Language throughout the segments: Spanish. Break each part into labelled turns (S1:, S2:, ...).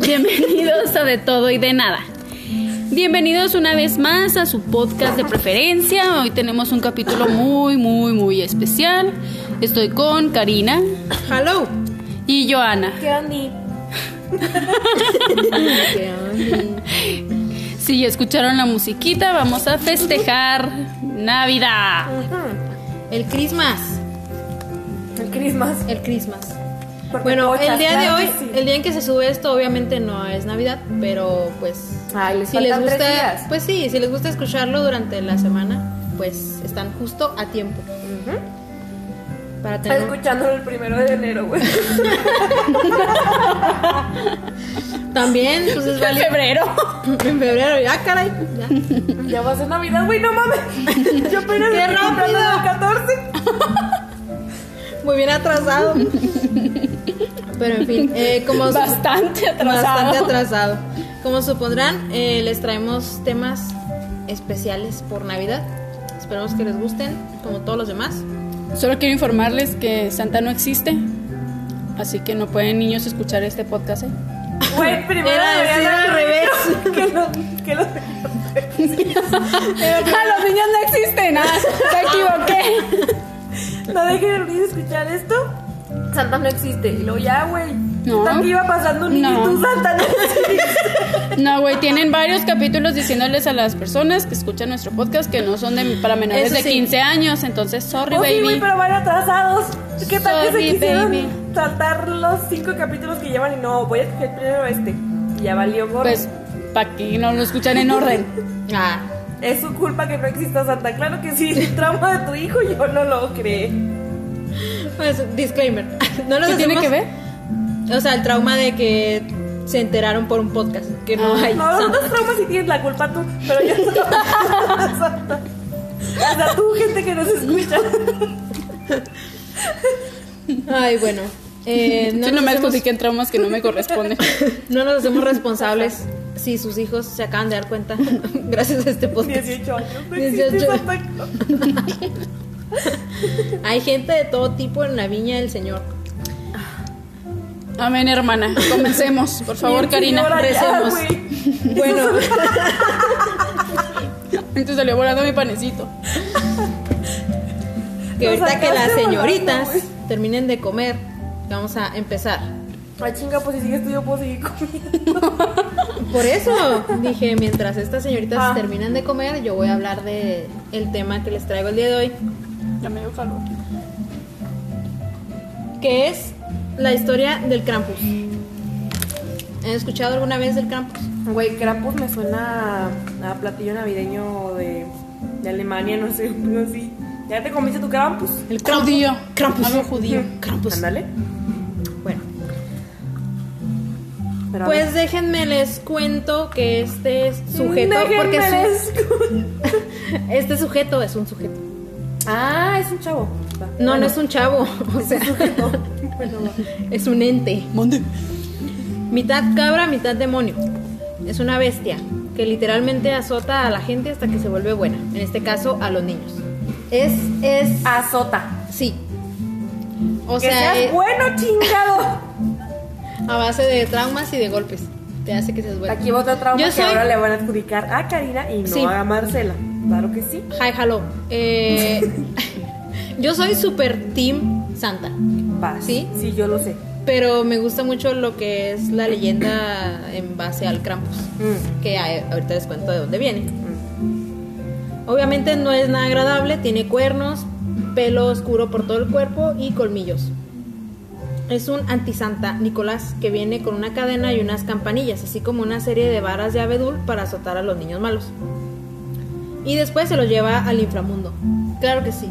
S1: Bienvenidos a De Todo y de Nada. Bienvenidos una vez más a su podcast de preferencia. Hoy tenemos un capítulo muy, muy, muy especial. Estoy con Karina
S2: Hello.
S1: y Joana.
S3: ¿Qué onda?
S1: Si ya escucharon la musiquita, vamos a festejar Navidad.
S2: El Christmas.
S3: El Christmas.
S2: El Christmas.
S3: Porque
S2: Bueno,
S3: pochas,
S2: el día de
S3: claro
S2: hoy,
S3: que sí.
S2: el día en que se sube esto, obviamente no es Navidad, pero pues.
S3: Ay, les
S2: Si les
S3: faltan tres
S2: gusta,
S3: días.
S2: pues sí, si les gusta escucharlo durante la semana, pues están justo a tiempo
S3: Ujú.
S2: para
S3: Está
S2: tener.
S3: escuchándolo el primero de enero, güey.
S2: También, pues es válido.
S1: Febrero.
S2: En febrero, ya caray. ya.
S3: ya va a ser Navidad, güey, no mames. Yo apenas
S2: ¡Qué
S3: estoy comprando
S2: rápido!
S3: los 14.
S2: Muy bien atrasado. Pero en fin, eh, como su-
S1: Bastante atrasado.
S2: Bastante atrasado. Como supondrán, eh, les traemos temas especiales por Navidad. Esperamos que les gusten, como todos los demás.
S1: Solo quiero informarles que Santa no existe. Así que no pueden niños escuchar este podcast. ¿eh?
S3: Güey, primero
S2: Era
S3: debería
S2: decir
S3: de-
S2: al revés.
S3: Que los. Que los.
S1: ¡Ah, los niños no existen! ¡Ah, te equivoqué!
S3: No dejen de escuchar esto. Santa no existe. Y luego ya, güey.
S1: No.
S3: Yo también iba pasando un niño
S1: No.
S3: y tú, Santa no existe.
S1: No, güey, tienen varios capítulos diciéndoles a las personas que escuchan nuestro podcast que no son de, para menores
S2: Eso
S1: de
S2: sí.
S1: 15 años. Entonces, sorry,
S3: Oh, sí, güey,
S1: baby.
S3: pero van atrasados. ¿Qué tal que se
S1: Sorry,
S3: quisieron
S1: baby.
S3: saltar los cinco capítulos que llevan? Y no, voy a escoger primero este. Y Ya valió gorro.
S1: Pues, para que no lo escuchan en orden.
S2: Ah,
S3: Es su culpa que no exista Santa. Claro que sí, el trauma de tu hijo yo no lo creé.
S2: pues, disclaimer. No los
S1: ¿Qué tiene
S2: hacemos-
S1: que ver?
S2: O sea, el trauma de que se enteraron por un podcast. Que no
S1: Ah.
S2: hay.
S3: No, los dos traumas sí tienes la culpa tú, pero yo no. Santa. O sea, tú, gente que nos escucha.
S2: Ay, bueno. Eh,
S1: No,
S2: nos
S1: no me
S2: hacemos-
S1: adjudiquen traumas que no me corresponden.
S2: no nos hacemos responsables si sus hijos se acaban de dar cuenta gracias a este podcast.
S3: 18 años. No existe
S2: 18.
S3: Santa Claus.
S2: Hay gente de todo tipo en la viña del Señor.
S1: Amén, hermana. Comencemos, por favor,
S3: Bien,
S1: Karina.
S3: señora, ya,
S2: recemos.
S3: güey.
S2: Bueno,
S1: Entonces salió volando mi panecito.
S2: que
S3: Nos
S2: ahorita que las
S3: sacaste volando,
S2: señoritas
S3: güey.
S2: terminen de comer, vamos a empezar.
S3: Ay, chinga, pues si sigues tú, yo puedo seguir conmigo.
S2: Por eso dije, mientras estas señoritas
S3: Ah.
S2: terminan de comer, yo voy a hablar de el tema que les traigo el día de hoy,
S1: Ya me dio calor.
S2: que es la historia del Krampus. ¿Han escuchado alguna vez del Krampus?
S3: Güey, Krampus me suena a, a platillo navideño de, de Alemania, no sé, no sé. ¿Ya te comiste tu Krampus?
S2: El
S1: Judío.
S2: Krampus.
S1: Algo judío.
S2: Krampus.
S3: Ándale.
S2: Bueno,
S3: Pero a ver.
S2: pues déjenme les cuento que este sujeto, porque
S3: Déjenme
S2: su-
S3: les-
S2: este sujeto es un sujeto.
S3: Ah, es un chavo. Va.
S2: No,
S3: Bueno,
S2: no es un chavo, o sea,
S3: bueno, va.
S2: es un ente.
S1: Mande.
S2: Mitad cabra, mitad demonio. Es una bestia que literalmente azota a la gente hasta que se vuelve buena. En este caso, a los niños. Es, es,
S3: Azota.
S2: sí. O
S3: que
S2: sea,
S3: seas
S2: eh,
S3: bueno, chingado.
S2: a base de traumas y de golpes. Te hace que seas buena.
S3: Aquí va otro trauma
S2: Yo
S3: que
S2: soy-
S3: ahora le van a adjudicar a Karina y no
S2: Sí.
S3: a Marcela. Claro que sí.
S2: Hi, hello. Eh, yo soy super team santa.
S3: Va.
S2: ¿Sí?
S3: Sí, yo lo sé.
S2: Pero me gusta mucho lo que es la leyenda en base al Krampus.
S3: Mm,
S2: Que a- ahorita les cuento de dónde viene.
S3: mm.
S2: Obviamente no es nada agradable, tiene cuernos, pelo oscuro por todo el cuerpo y colmillos. Es un antisanta Nicolás que viene con una cadena y unas campanillas, así como una serie de varas de abedul para azotar a los niños malos. Y después se los lleva al inframundo. Claro que sí.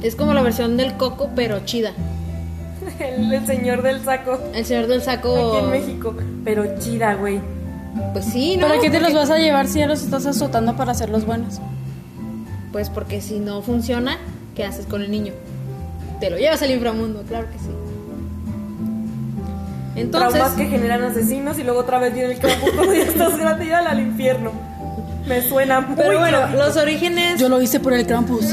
S2: Es como la versión del coco, pero chida.
S3: El, el señor del saco.
S2: El señor del saco.
S3: Aquí en México. Pero chida, güey.
S2: Pues sí, ¿no?
S1: ¿Para qué te los
S2: Porque-
S1: vas a llevar si ya los estás azotando para hacerlos buenos?
S2: Pues porque si no funciona, ¿qué haces con el niño? Te lo llevas al inframundo, claro que sí. Entonces,
S3: Traumas que generan asesinos y luego otra vez viene el campo cuando ya estás grande y dale al infierno. Me suena muy
S2: pero bueno,
S3: lógico.
S2: los orígenes.
S1: Yo lo hice por el Krampus.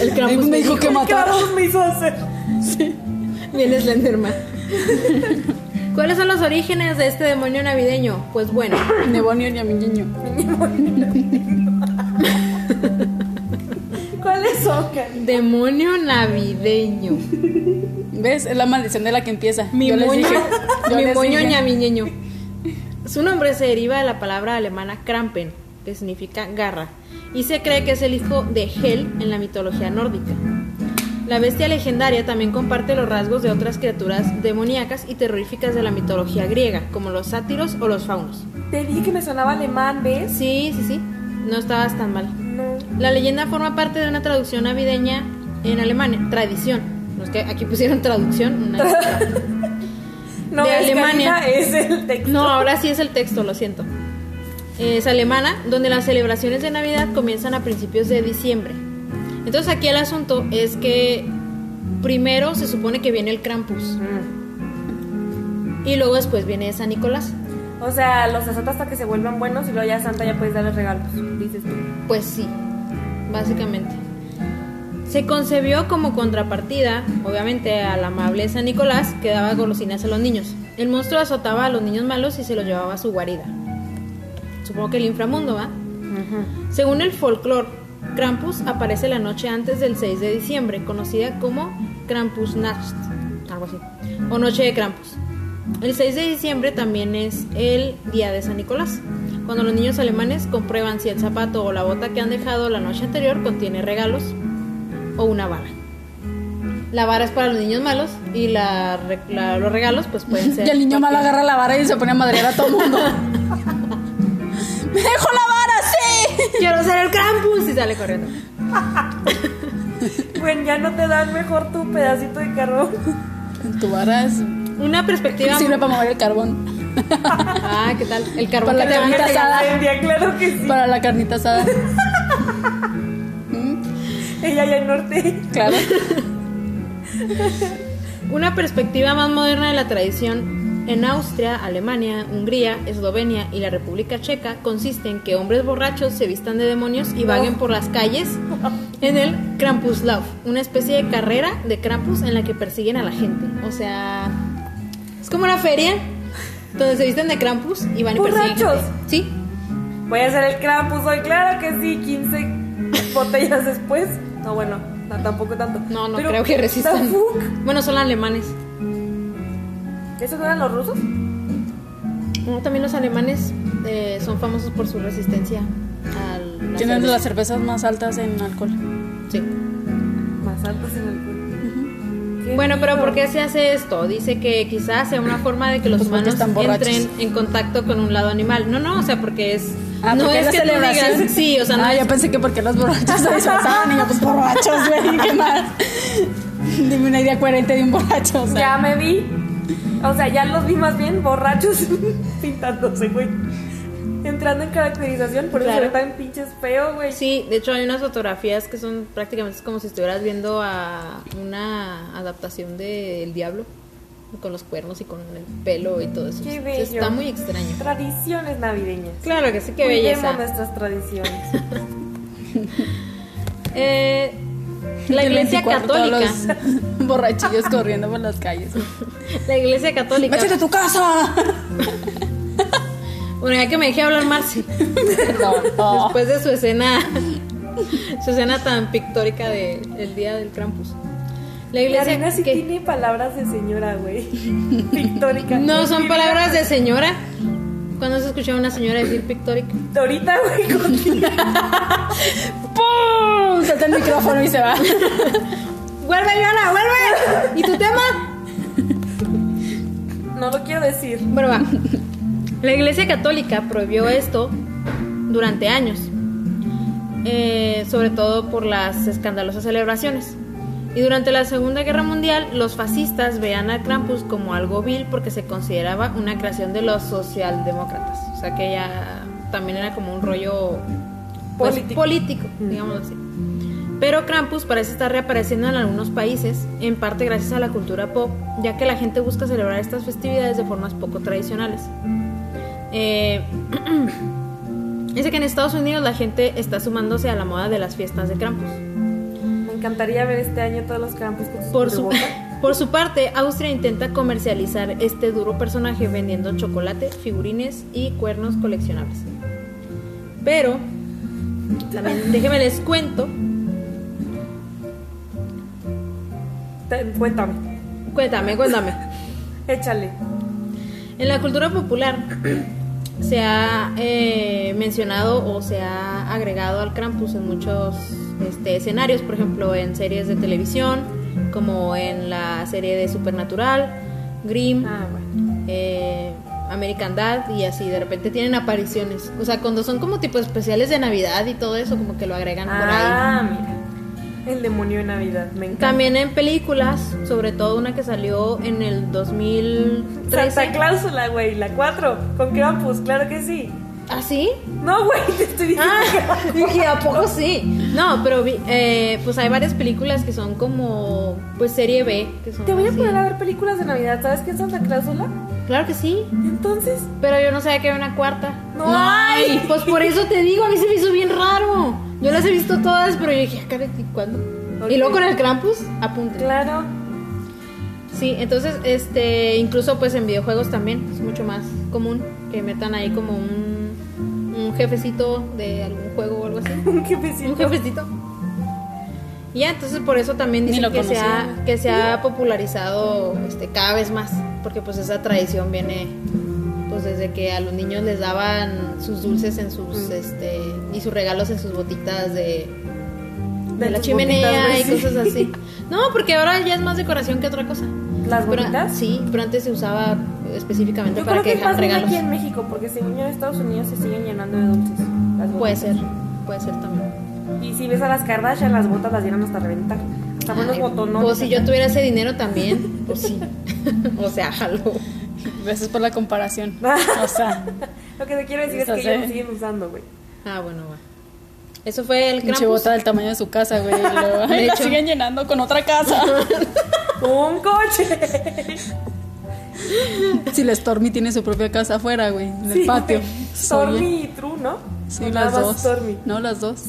S2: el Krampus
S1: me dijo que
S3: ¿Qué
S1: matara.
S3: carajos me hizo hacer?
S2: Viene Slenderman. ¿Cuáles son los orígenes de este demonio navideño? Pues bueno,
S1: Demonio y niño.
S3: ¿Cuáles son, Cari?
S2: demonio navideño.
S1: ¿Ves? Es la maldición de la que empieza.
S2: Mi
S1: Yo les
S2: moño,
S1: dije- yo
S2: mi
S1: les
S2: moño
S1: dije.
S2: ñamiñeño. Su nombre se deriva de la palabra alemana Krampen, que significa garra, y se cree que es el hijo de Hel en la mitología nórdica. La bestia legendaria también comparte los rasgos de otras criaturas demoníacas y terroríficas de la mitología griega, como los sátiros o los faunos.
S3: Te dije que me sonaba alemán, ¿ves?
S2: Sí, sí, sí, no estabas tan mal.
S3: No.
S2: La leyenda forma parte de una traducción navideña en Alemania, tradición. No es que aquí pusieron traducción. una-
S3: No,
S2: De
S3: es que
S2: Alemania.
S3: Karina es el texto.
S2: No, ahora sí es el texto, lo siento. Es alemana, donde las celebraciones de Navidad comienzan a principios de diciembre. Entonces aquí el asunto es que primero se supone que viene el Krampus
S3: Mm.
S2: y luego después viene San Nicolás.
S3: O sea, los azotas hasta que se vuelvan buenos y luego ya Santa ya puedes darles regalos, dices tú.
S2: Pues sí, básicamente. Se concebió como contrapartida, obviamente, al amable San Nicolás que daba golosinas a los niños. El monstruo azotaba a los niños malos y se los llevaba a su guarida. Supongo que el inframundo, ¿va? Según el folclore, Krampus aparece la noche antes del 6 de diciembre, conocida como Krampusnacht, algo así, o Noche de Krampus. El 6 de diciembre también es el día de San Nicolás, cuando los niños alemanes comprueban si el zapato o la bota que han dejado la noche anterior contiene regalos o una vara. La vara es para los niños malos y la re- la- los regalos pues pueden ser...
S1: Y el niño malo agarra la vara y se pone a madrear a todo el mundo. ¡Me dejo la vara, sí!
S2: Quiero ser el Krampus y sale corriendo.
S3: Bueno, ya no te dan mejor tu pedacito de carbón.
S1: Tu vara es-
S2: Una perspectiva...
S1: sirve para mover el carbón.
S2: Ah, ¿qué tal? El carbón
S1: Para
S2: que te
S1: la
S2: van a
S1: carnita
S2: regalar.
S1: asada.
S3: El día, claro que sí.
S1: Para la carnita asada. Mm,
S3: Ella ya en norte.
S1: Claro.
S2: Una perspectiva más moderna de la tradición en Austria, Alemania, Hungría, Eslovenia y la República Checa consiste en que hombres borrachos se vistan de demonios y vaguen por las calles en el Krampuslauf, una especie de carrera de Krampus en la que persiguen a la gente. O sea, es como una feria donde se visten de Krampus y van y persiguen. gente.
S3: ¿Borrachos?
S2: Sí,
S3: Voy a hacer el Krampus hoy, claro que sí, 15 botellas después. No, bueno, no, tampoco tanto.
S2: no, no
S3: Pero,
S2: creo que
S3: ¿the
S2: resistan.
S3: fuck?
S2: Bueno, son alemanes.
S3: ¿Esos no eran los rusos?
S2: No, también los alemanes eh, son famosos por su resistencia al.
S1: Tienen de las cervezas más altas en alcohol.
S2: Sí.
S3: Más altos en el cuerpo.
S2: Bueno, pero ¿por qué se hace esto? Dice que quizás sea una forma de que los
S1: Pues porque
S2: humanos
S1: están borrachos.
S2: entren en contacto con un lado animal. No, no, o sea, porque es
S1: Ah,
S2: no
S1: porque
S2: es
S1: la
S2: que tú
S1: celebración.
S2: digas, sí, o sea, no
S1: ah,
S2: es-
S1: yo pensé que porque los borrachos se disfrazaban y yo, pues borrachos, güey, ¿qué más? Dime una idea coherente de un borracho, o sea.
S3: Ya me vi. O sea, ya los vi más bien borrachos pintándose, güey. Entrando en caracterización, por eso
S2: Claro.
S3: se ve tan pinches feo, güey.
S2: sí, de hecho hay unas fotografías que son prácticamente es como si estuvieras viendo a una adaptación de El Diablo con los cuernos y con el pelo y todo eso.
S3: Qué
S2: O sea,
S3: bello.
S2: Está muy extraño.
S3: Tradiciones navideñas.
S2: Claro que sí, qué
S3: Cuidemos
S2: belleza.
S3: nuestras tradiciones.
S2: Eh, la
S1: Y el
S2: Iglesia
S1: 24 todos
S2: Católica,
S1: los borrachillos corriendo por las calles.
S2: la Iglesia Católica.
S1: ¡Váyate a tu casa!
S2: Bueno, ya que me dejé hablar más.
S3: Oh.
S2: Después de su escena, su escena tan pictórica de el día del Krampus. La
S3: La
S2: iglesia
S3: arena sí
S2: que-
S3: tiene palabras de señora, güey. Pictórica.
S2: no son
S3: Escribida.
S2: palabras de señora. Cuando se escucha a una señora decir pictórica.
S3: Ahorita, güey, con-
S1: ¡Pum! Salta el micrófono y se va.
S2: ¡Vuelve, Leona! ¡Vuelve! ¿Y tu tema?
S3: No lo quiero decir.
S2: Bueno, va. La iglesia católica prohibió esto durante años. eh, sobre todo por las escandalosas celebraciones. Y durante la Segunda Guerra Mundial, los fascistas veían a Krampus como algo vil porque se consideraba una creación de los socialdemócratas. O sea que ya también era como un rollo pues,
S3: Político.
S2: político, digámoslo así. Pero Krampus parece estar reapareciendo en algunos países, en parte gracias a la cultura pop, ya que la gente busca celebrar estas festividades de formas poco tradicionales. Eh, Dice que en Estados Unidos la gente está sumándose a la moda de las fiestas de Krampus.
S3: Me encantaría ver este año todos los campos con sus
S2: Por su-
S3: cubrebocas.
S2: Por su parte, Austria intenta comercializar este duro personaje vendiendo chocolate, figurines y cuernos coleccionables. Pero, también déjenme les cuento,
S3: Te- Cuéntame.
S2: cuéntame, cuéntame.
S3: Échale.
S2: En la cultura popular se ha eh, mencionado o se ha agregado al Krampus en muchos este, escenarios, por ejemplo en series de televisión, como en la serie de Supernatural, Grimm,
S3: Ah, bueno.
S2: eh, American Dad y así, de repente tienen apariciones. O sea, cuando son como tipo especiales de Navidad y todo eso, como que lo agregan por ahí.
S3: Ah, mira. El demonio de Navidad. Me encanta.
S2: También en películas, sobre todo una que salió en el 2013.
S3: Santa Cláusula, güey. La 4. ¿Con qué vamos? Claro que sí.
S2: ¿Ah, sí?
S3: No, güey. Te estoy diciendo.
S2: Ah, dije, ¿a poco sí? No, pero vi- eh, pues hay varias películas que son como, pues serie B. Que son
S3: Te voy a
S2: así.
S3: poner a ver películas de Navidad. ¿Sabes qué es Santa Cláusula?
S2: Claro que sí,
S3: Entonces.
S2: pero yo no sabía que había una cuarta.
S3: No
S2: Ay,
S3: hay.
S2: Pues por eso te digo, a mí se me hizo bien raro. Yo las he visto todas, pero yo dije, "Ah, caray, ¿y ¿cuándo?
S3: Ok.
S2: Y luego con el Krampus, apunte.
S3: Claro.
S2: Sí, entonces, este, incluso pues en videojuegos también es mucho más común que metan ahí como un, un jefecito de algún juego o algo así.
S3: Un jefecito.
S2: Un jefecito. Y ya, entonces por eso también
S1: Ni
S2: dicen
S1: lo
S2: que se, ha,
S1: conocía.
S2: que se ha popularizado este, cada vez más, porque pues esa tradición viene pues desde que a los niños les daban sus dulces en sus
S3: Mm.
S2: este y sus regalos en sus botitas de, de,
S3: De
S2: la
S3: tus
S2: chimenea
S3: botitas,
S2: y
S3: güey, sí.
S2: cosas así. No, porque ahora ya es más decoración que otra cosa.
S3: ¿Las
S2: Pero-
S3: bolitas?
S2: sí, pero antes se usaba específicamente
S3: Yo
S2: para
S3: creo
S2: que
S3: que es más
S2: dejaran regalos.
S3: bien aquí en México, porque según yo en Estados Unidos se siguen llenando de dulces. las
S2: Puede
S3: botas.
S2: ser, puede ser también.
S3: Y si ves a las Kardashian, las botas las llenan hasta reventar. Hasta buenos
S2: Ay,
S3: botonones.
S2: O si yo tuviera ese dinero también, pues sí. o sea, jalo.
S1: Gracias por la comparación. O sea,
S3: Lo que te quiero decir es
S1: Estas,
S3: que ellos
S1: eh.
S3: lo siguen usando, güey.
S2: Ah, bueno, va. Eso fue el
S1: pinche
S2: Krampus.
S1: bota del tamaño de su casa, güey. y luego,
S2: De
S1: ay, la
S2: hecho.
S1: siguen llenando con otra casa.
S3: ¡Un coche!
S1: Si la Stormy tiene su propia casa afuera, güey, en el patio. Oye,
S3: Stormy y True, ¿no?
S1: Sí,
S3: No,
S1: las
S3: nada
S1: dos.
S3: más Stormy.
S1: No, las dos.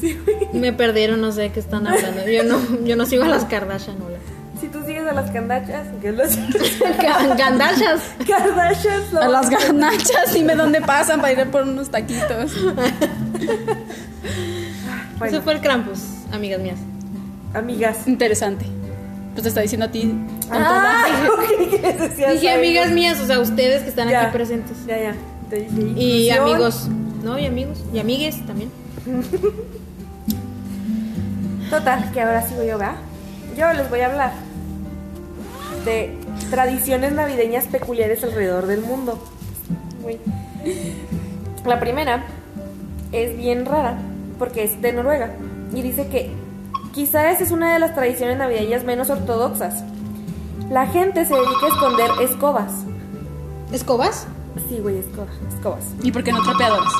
S2: Me perdieron, no sé de qué están hablando. Yo no, yo no sigo a las Kardashian, hola.
S3: Si tú sigues a las Kardashian, que los
S2: Ga- Gandachas.
S3: Kardashian
S1: A las garnachas, dime dónde pasan para ir por unos taquitos.
S3: Bueno,
S2: Eso fue el Krampus, amigas mías.
S3: amigas.
S1: Interesante. Pues te está diciendo a ti.
S3: Ah, ok, que eso sí ya
S2: Dije
S3: sabía.
S2: amigas mías, o sea, ustedes que están
S3: Ya.
S2: aquí presentes.
S3: Ya, ya. Te dije
S2: Y
S3: inclusión.
S2: amigos. No, y amigos. Y amigues también.
S3: Total, que ahora sigo yo, ¿verdad? Yo les voy a hablar de tradiciones navideñas peculiares alrededor del mundo. Güey. La primera es bien rara porque es de Noruega y dice que quizás es una de las tradiciones navideñas menos ortodoxas. La gente se dedica a esconder escobas.
S2: ¿Escobas?
S3: Sí, güey, escobas. escobas.
S1: ¿Y por qué no trapeadores?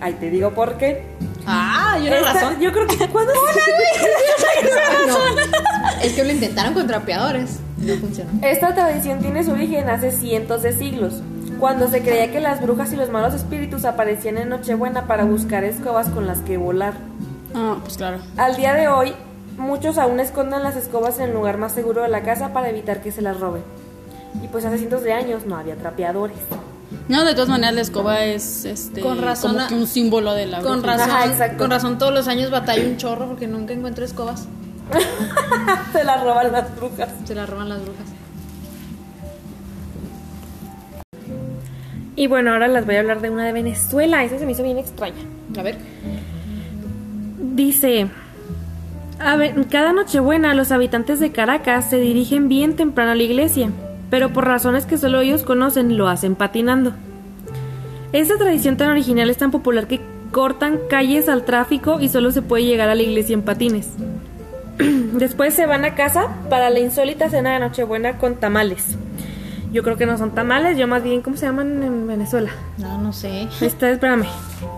S3: Ay, te digo por qué.
S1: Ah, yo
S3: Esta- Yo creo que cuando
S2: No. Es que lo intentaron con trapeadores. No funcionó.
S3: Esta tradición tiene su origen hace cientos de siglos, cuando se creía que las brujas y los malos espíritus aparecían en Nochebuena para buscar escobas con las que volar.
S1: Ah, pues claro.
S3: Al día de hoy, muchos aún esconden las escobas en el lugar más seguro de la casa para evitar que se las roben. Y pues hace cientos de años no había trapeadores.
S1: No, de todas maneras la escoba es este
S2: Con razón
S1: como
S2: la-
S1: que un símbolo de la
S2: Con
S1: brujería.
S2: razón,
S3: Ajá, exacto.
S2: con razón todos los años batallo un chorro porque nunca encuentro escobas.
S3: se las roban las brujas.
S2: Se las roban las brujas.
S3: Y bueno, ahora les voy a hablar de una de Venezuela. Esa se me hizo bien extraña.
S2: A ver.
S3: Dice, a ver, cada Nochebuena los habitantes de Caracas se dirigen bien temprano a la iglesia, pero por razones que solo ellos conocen lo hacen patinando. Esta tradición tan original es tan popular que cortan calles al tráfico y solo se puede llegar a la iglesia en patines. Después se van a casa para la insólita cena de Nochebuena con tamales. Yo creo que no son tamales, yo más bien, ¿cómo se llaman en Venezuela?
S2: No, no sé.
S3: Esta, espérame.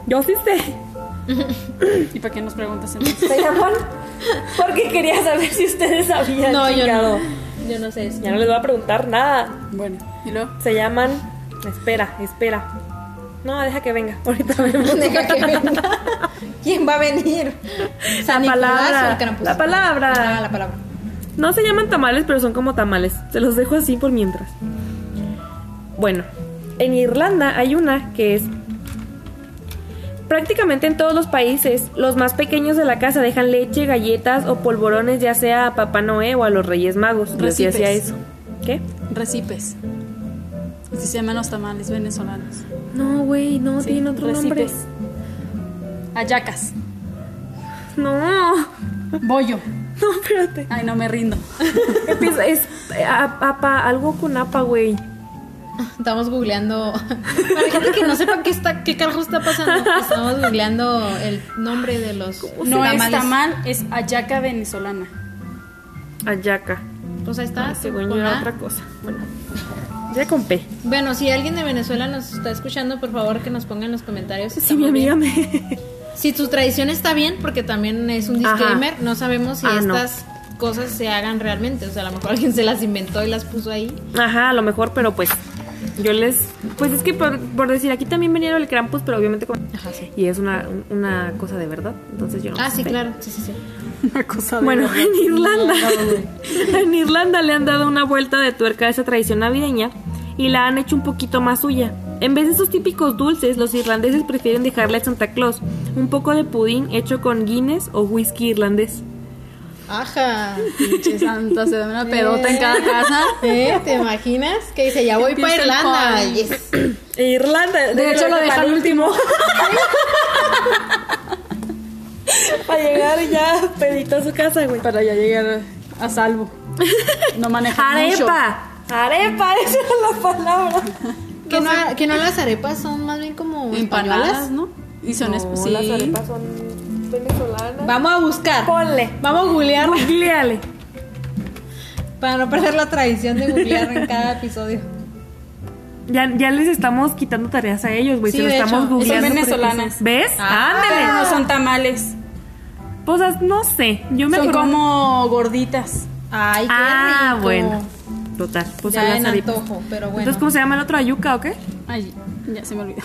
S3: Yo sí sé.
S1: ¿Y para qué nos preguntas entonces?
S3: ¿Se llaman? Porque quería saber si ustedes sabían.
S2: No, yo
S3: chingado.
S2: no. Yo no sé eso.
S3: Ya no les voy a preguntar nada.
S1: Bueno, y luego
S3: Se llaman. Espera, espera. No, deja que venga. Ahorita vemos.
S2: Deja que venga. ¿Quién va a venir? ¿San
S3: La
S2: Nicolás o el
S3: palabra.
S2: Krampus?
S3: La palabra.
S2: Ah, la palabra.
S3: No se llaman tamales, pero son como tamales. Se los dejo así por mientras. Bueno, en Irlanda hay una que es... Prácticamente en todos los países, los más pequeños de la casa dejan leche, galletas o polvorones, ya sea a Papá Noé o a los Reyes Magos. Yo sí
S1: Recipes.
S3: hacía eso. ¿Qué?
S1: Recipes. Así se llaman los tamales venezolanos.
S3: No, güey, no,
S1: Sí,
S3: tienen otro nombre.
S1: recipes. Ayacas.
S3: No, no,
S1: Bollo.
S3: espérate.
S1: Ay, no me rindo.
S3: Empieza- es eh, a- apa, algo con apa, güey.
S2: Estamos googleando. Para gente que no sepa qué, está, qué carajo está pasando, estamos googleando el nombre de los
S1: No es
S2: tamales.
S1: tamal, es ayaca venezolana.
S3: Ayaca.
S2: Pues ahí está.
S3: Ah, Según
S2: con
S3: yo era
S2: A.
S3: otra cosa. Bueno, ya con P.
S2: Bueno, si alguien de Venezuela nos está escuchando, por favor que nos ponga en los comentarios. si está
S3: Sí, mi
S2: muy bien.
S3: amiga me.
S2: Si tu tradición está bien, porque también es un
S3: Ajá.
S2: disclaimer, no sabemos si
S3: Ah, no.
S2: estas cosas se hagan realmente. O sea, a lo mejor alguien se las inventó y las puso ahí.
S3: Ajá, a lo mejor, pero pues. Yo les. Pues es que por, por decir, aquí también vinieron el Krampus, pero obviamente con.
S2: Ajá, sí.
S3: Y es una, una cosa de verdad. Entonces yo no
S2: Ah, sí,
S3: sé.
S2: claro. Sí, sí, sí.
S1: Una cosa de
S3: Bueno,
S1: verdad.
S3: en Irlanda. en Irlanda le han dado una vuelta de tuerca a esa tradición navideña y la han hecho un poquito más suya. En vez de esos típicos dulces, los irlandeses prefieren dejarle a Santa Claus un poco de pudín hecho con Guinness o whisky irlandés.
S2: Ajá.
S1: Pinche santa, se da una pedota en cada
S2: Eh.
S1: casa.
S2: ¿Eh? ¿Te imaginas? Que dice, ya voy para
S1: Empieza el
S2: Irlanda.
S1: con-
S2: Yes.
S3: E Irlanda,
S1: De hecho, lo dejan último.
S3: para llegar ya pedito a su casa, güey.
S1: Para ya llegar a salvo. No manejar mucho.
S3: Arepa. Arepa, esa es la palabra.
S2: Que no, que no las arepas son más bien como
S1: Empanadas,
S2: empanadas.
S1: ¿no? Y son espe- sí.
S3: las arepas son venezolanas.
S2: Vamos a buscar.
S3: Ponle.
S2: Vamos a googlear
S3: Googleale.
S2: para no perder la tradición de googlear en cada episodio.
S3: Ya, ya les estamos quitando tareas a ellos, güey.
S2: Sí,
S3: se lo
S2: de
S3: estamos
S2: hecho, son
S3: googleando. porque
S1: venezolanas.
S3: sí. ¿Ves?
S2: Ah.
S1: Pero
S3: Ándale.
S1: no son tamales.
S3: Pues as- no sé. Yo me
S1: Son
S3: acuerdo-
S1: como gorditas.
S2: Ay, qué
S3: Ah,
S2: rico.
S3: bueno. Total. Pues a
S2: ya
S3: las
S2: en
S3: arepas.
S2: antojo, pero bueno.
S3: Entonces, ¿cómo se llama el otro ayuca o qué?
S1: Ay, ya se me olvidó.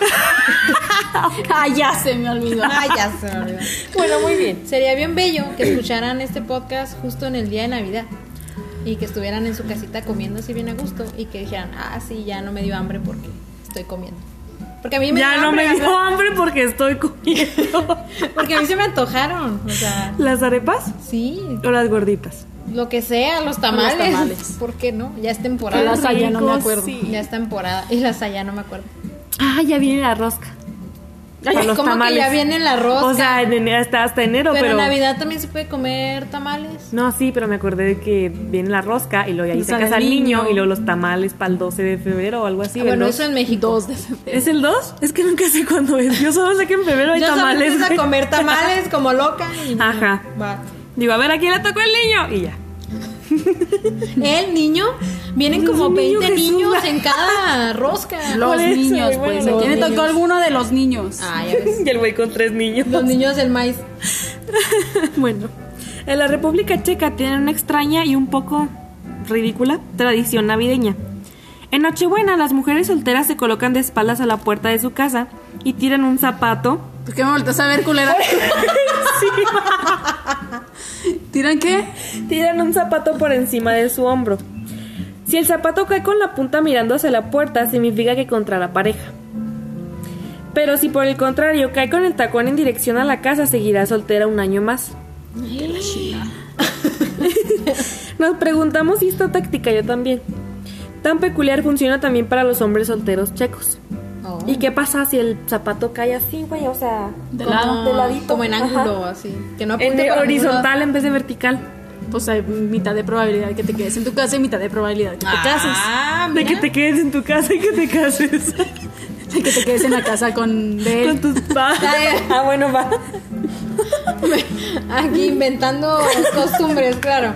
S1: Ay, ya se me olvidó.
S2: Ay, ya se me olvidó.
S3: Bueno, muy bien.
S2: Sería bien bello que escucharan este podcast justo en el día de Navidad y que estuvieran en su casita comiendo así bien a gusto y que dijeran, ah, sí, ya no me dio hambre porque estoy comiendo. Porque a mí me
S3: Ya
S2: dio
S3: no
S2: hambre,
S3: me dio
S2: hablar-
S3: hambre porque estoy comiendo.
S2: Porque a mí se me antojaron, o sea,
S3: ¿Las arepas
S2: sí,
S3: o las gorditas?
S2: lo que sea, los tamales.
S1: Los tamales.
S2: ¿Por qué no? Ya es
S1: Qué
S2: temporada.
S1: las rico, allá no me acuerdo.
S3: sí.
S2: Ya es temporada. Y las allá no me acuerdo.
S3: Ah, ya viene la rosca. Para los
S2: Como que
S3: tamales.
S2: ya viene la rosca.
S3: O sea, en enero- hasta, hasta enero,
S2: pero,
S3: pero.
S2: en Navidad también se puede comer tamales.
S3: No, sí, pero me acordé de que viene la rosca y luego ahí
S1: Y
S3: se
S1: sale
S3: casa
S1: el
S3: el niño
S1: niño.
S3: y luego los tamales para el 12 de febrero o algo así.
S2: Ah, bueno,
S3: ¿no?
S2: eso en México.
S1: 2 de febrero.
S3: ¿Es el 2? Es que nunca sé cuándo es. Yo solo sé que en febrero hay
S2: Yo solo
S3: tamales.
S2: empiezo a
S3: güey.
S2: comer tamales como loca. y no,
S3: Ajá.
S2: va.
S3: Digo, a ver, ¿a quién le tocó el niño? Y ya.
S2: El niño, vienen
S3: Es
S2: como
S3: un niño
S2: 20
S3: Jesús,
S2: niños
S3: güey.
S2: en cada rosca.
S1: Los
S3: Por eso,
S1: niños,
S3: bueno,
S1: pues.
S3: los
S1: ¿A quién le tocó
S3: niños.
S1: alguno de los niños?
S2: Ah, ya ves.
S3: Y el güey con tres niños.
S2: Los niños del maíz.
S3: bueno, en la República Checa tienen una extraña y un poco ridícula tradición navideña. En Nochebuena, las mujeres solteras se colocan de espaldas a la puerta de su casa y tiran un zapato.
S1: ¿Por qué me volteas a ver, culera? ¿Tiran qué?
S3: Tiran un zapato por encima de su hombro. Si el zapato cae con la punta mirando hacia la puerta, significa que contra la pareja. Pero si por el contrario cae con el tacón en dirección a la casa, seguirá soltera un año más. Nos preguntamos si esta táctica yo también. Tan peculiar funciona también para los hombres solteros checos.
S2: Oh.
S3: ¿Y qué pasa si el zapato cae así, güey? O sea,
S1: De
S3: como
S1: lado.
S3: de ladito.
S2: Como en
S3: Ajá.
S2: ángulo, así. Que no apunte
S3: En
S2: para ningún lado.
S3: horizontal en vez de vertical.
S1: Pues hay mitad de probabilidad que te quedes en tu casa y mitad de probabilidad que te
S2: Ah,
S3: De que
S2: mira.
S3: te quedes en tu casa y que te cases
S1: cases. De que te quedes en la casa con de
S3: con
S1: él.
S3: tus padres. Ah, bueno, va.
S2: Aquí inventando costumbres, claro.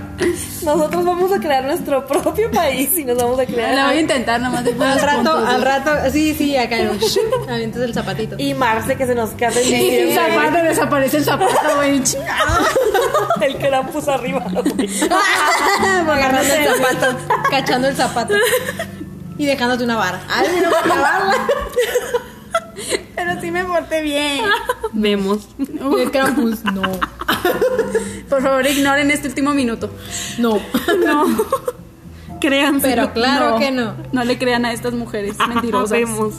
S3: Nosotros vamos a crear nuestro propio país y nos vamos a crear.
S1: La voy a intentar nomás de
S2: Al
S1: puros
S2: rato,
S1: puntos,
S2: al
S1: ¿no?
S2: rato, sí, sí, acá en- avientas el zapatito.
S3: Y Marce que se nos case el
S1: Y sin
S3: niño,
S1: zapato, desaparece el zapato, güey. Chinga.
S3: el que la puso arriba. güey.
S2: agarrando el zapato, cachando el zapato y dejándote una vara. Ay, no voy a acabarla.
S3: Vemos.
S2: Y el Krampus, no.
S1: Por favor, ignoren este último minuto.
S2: No.
S3: No. Créanse.
S2: Pero claro que no.
S1: No le crean a estas mujeres mentirosas.
S3: Vemos.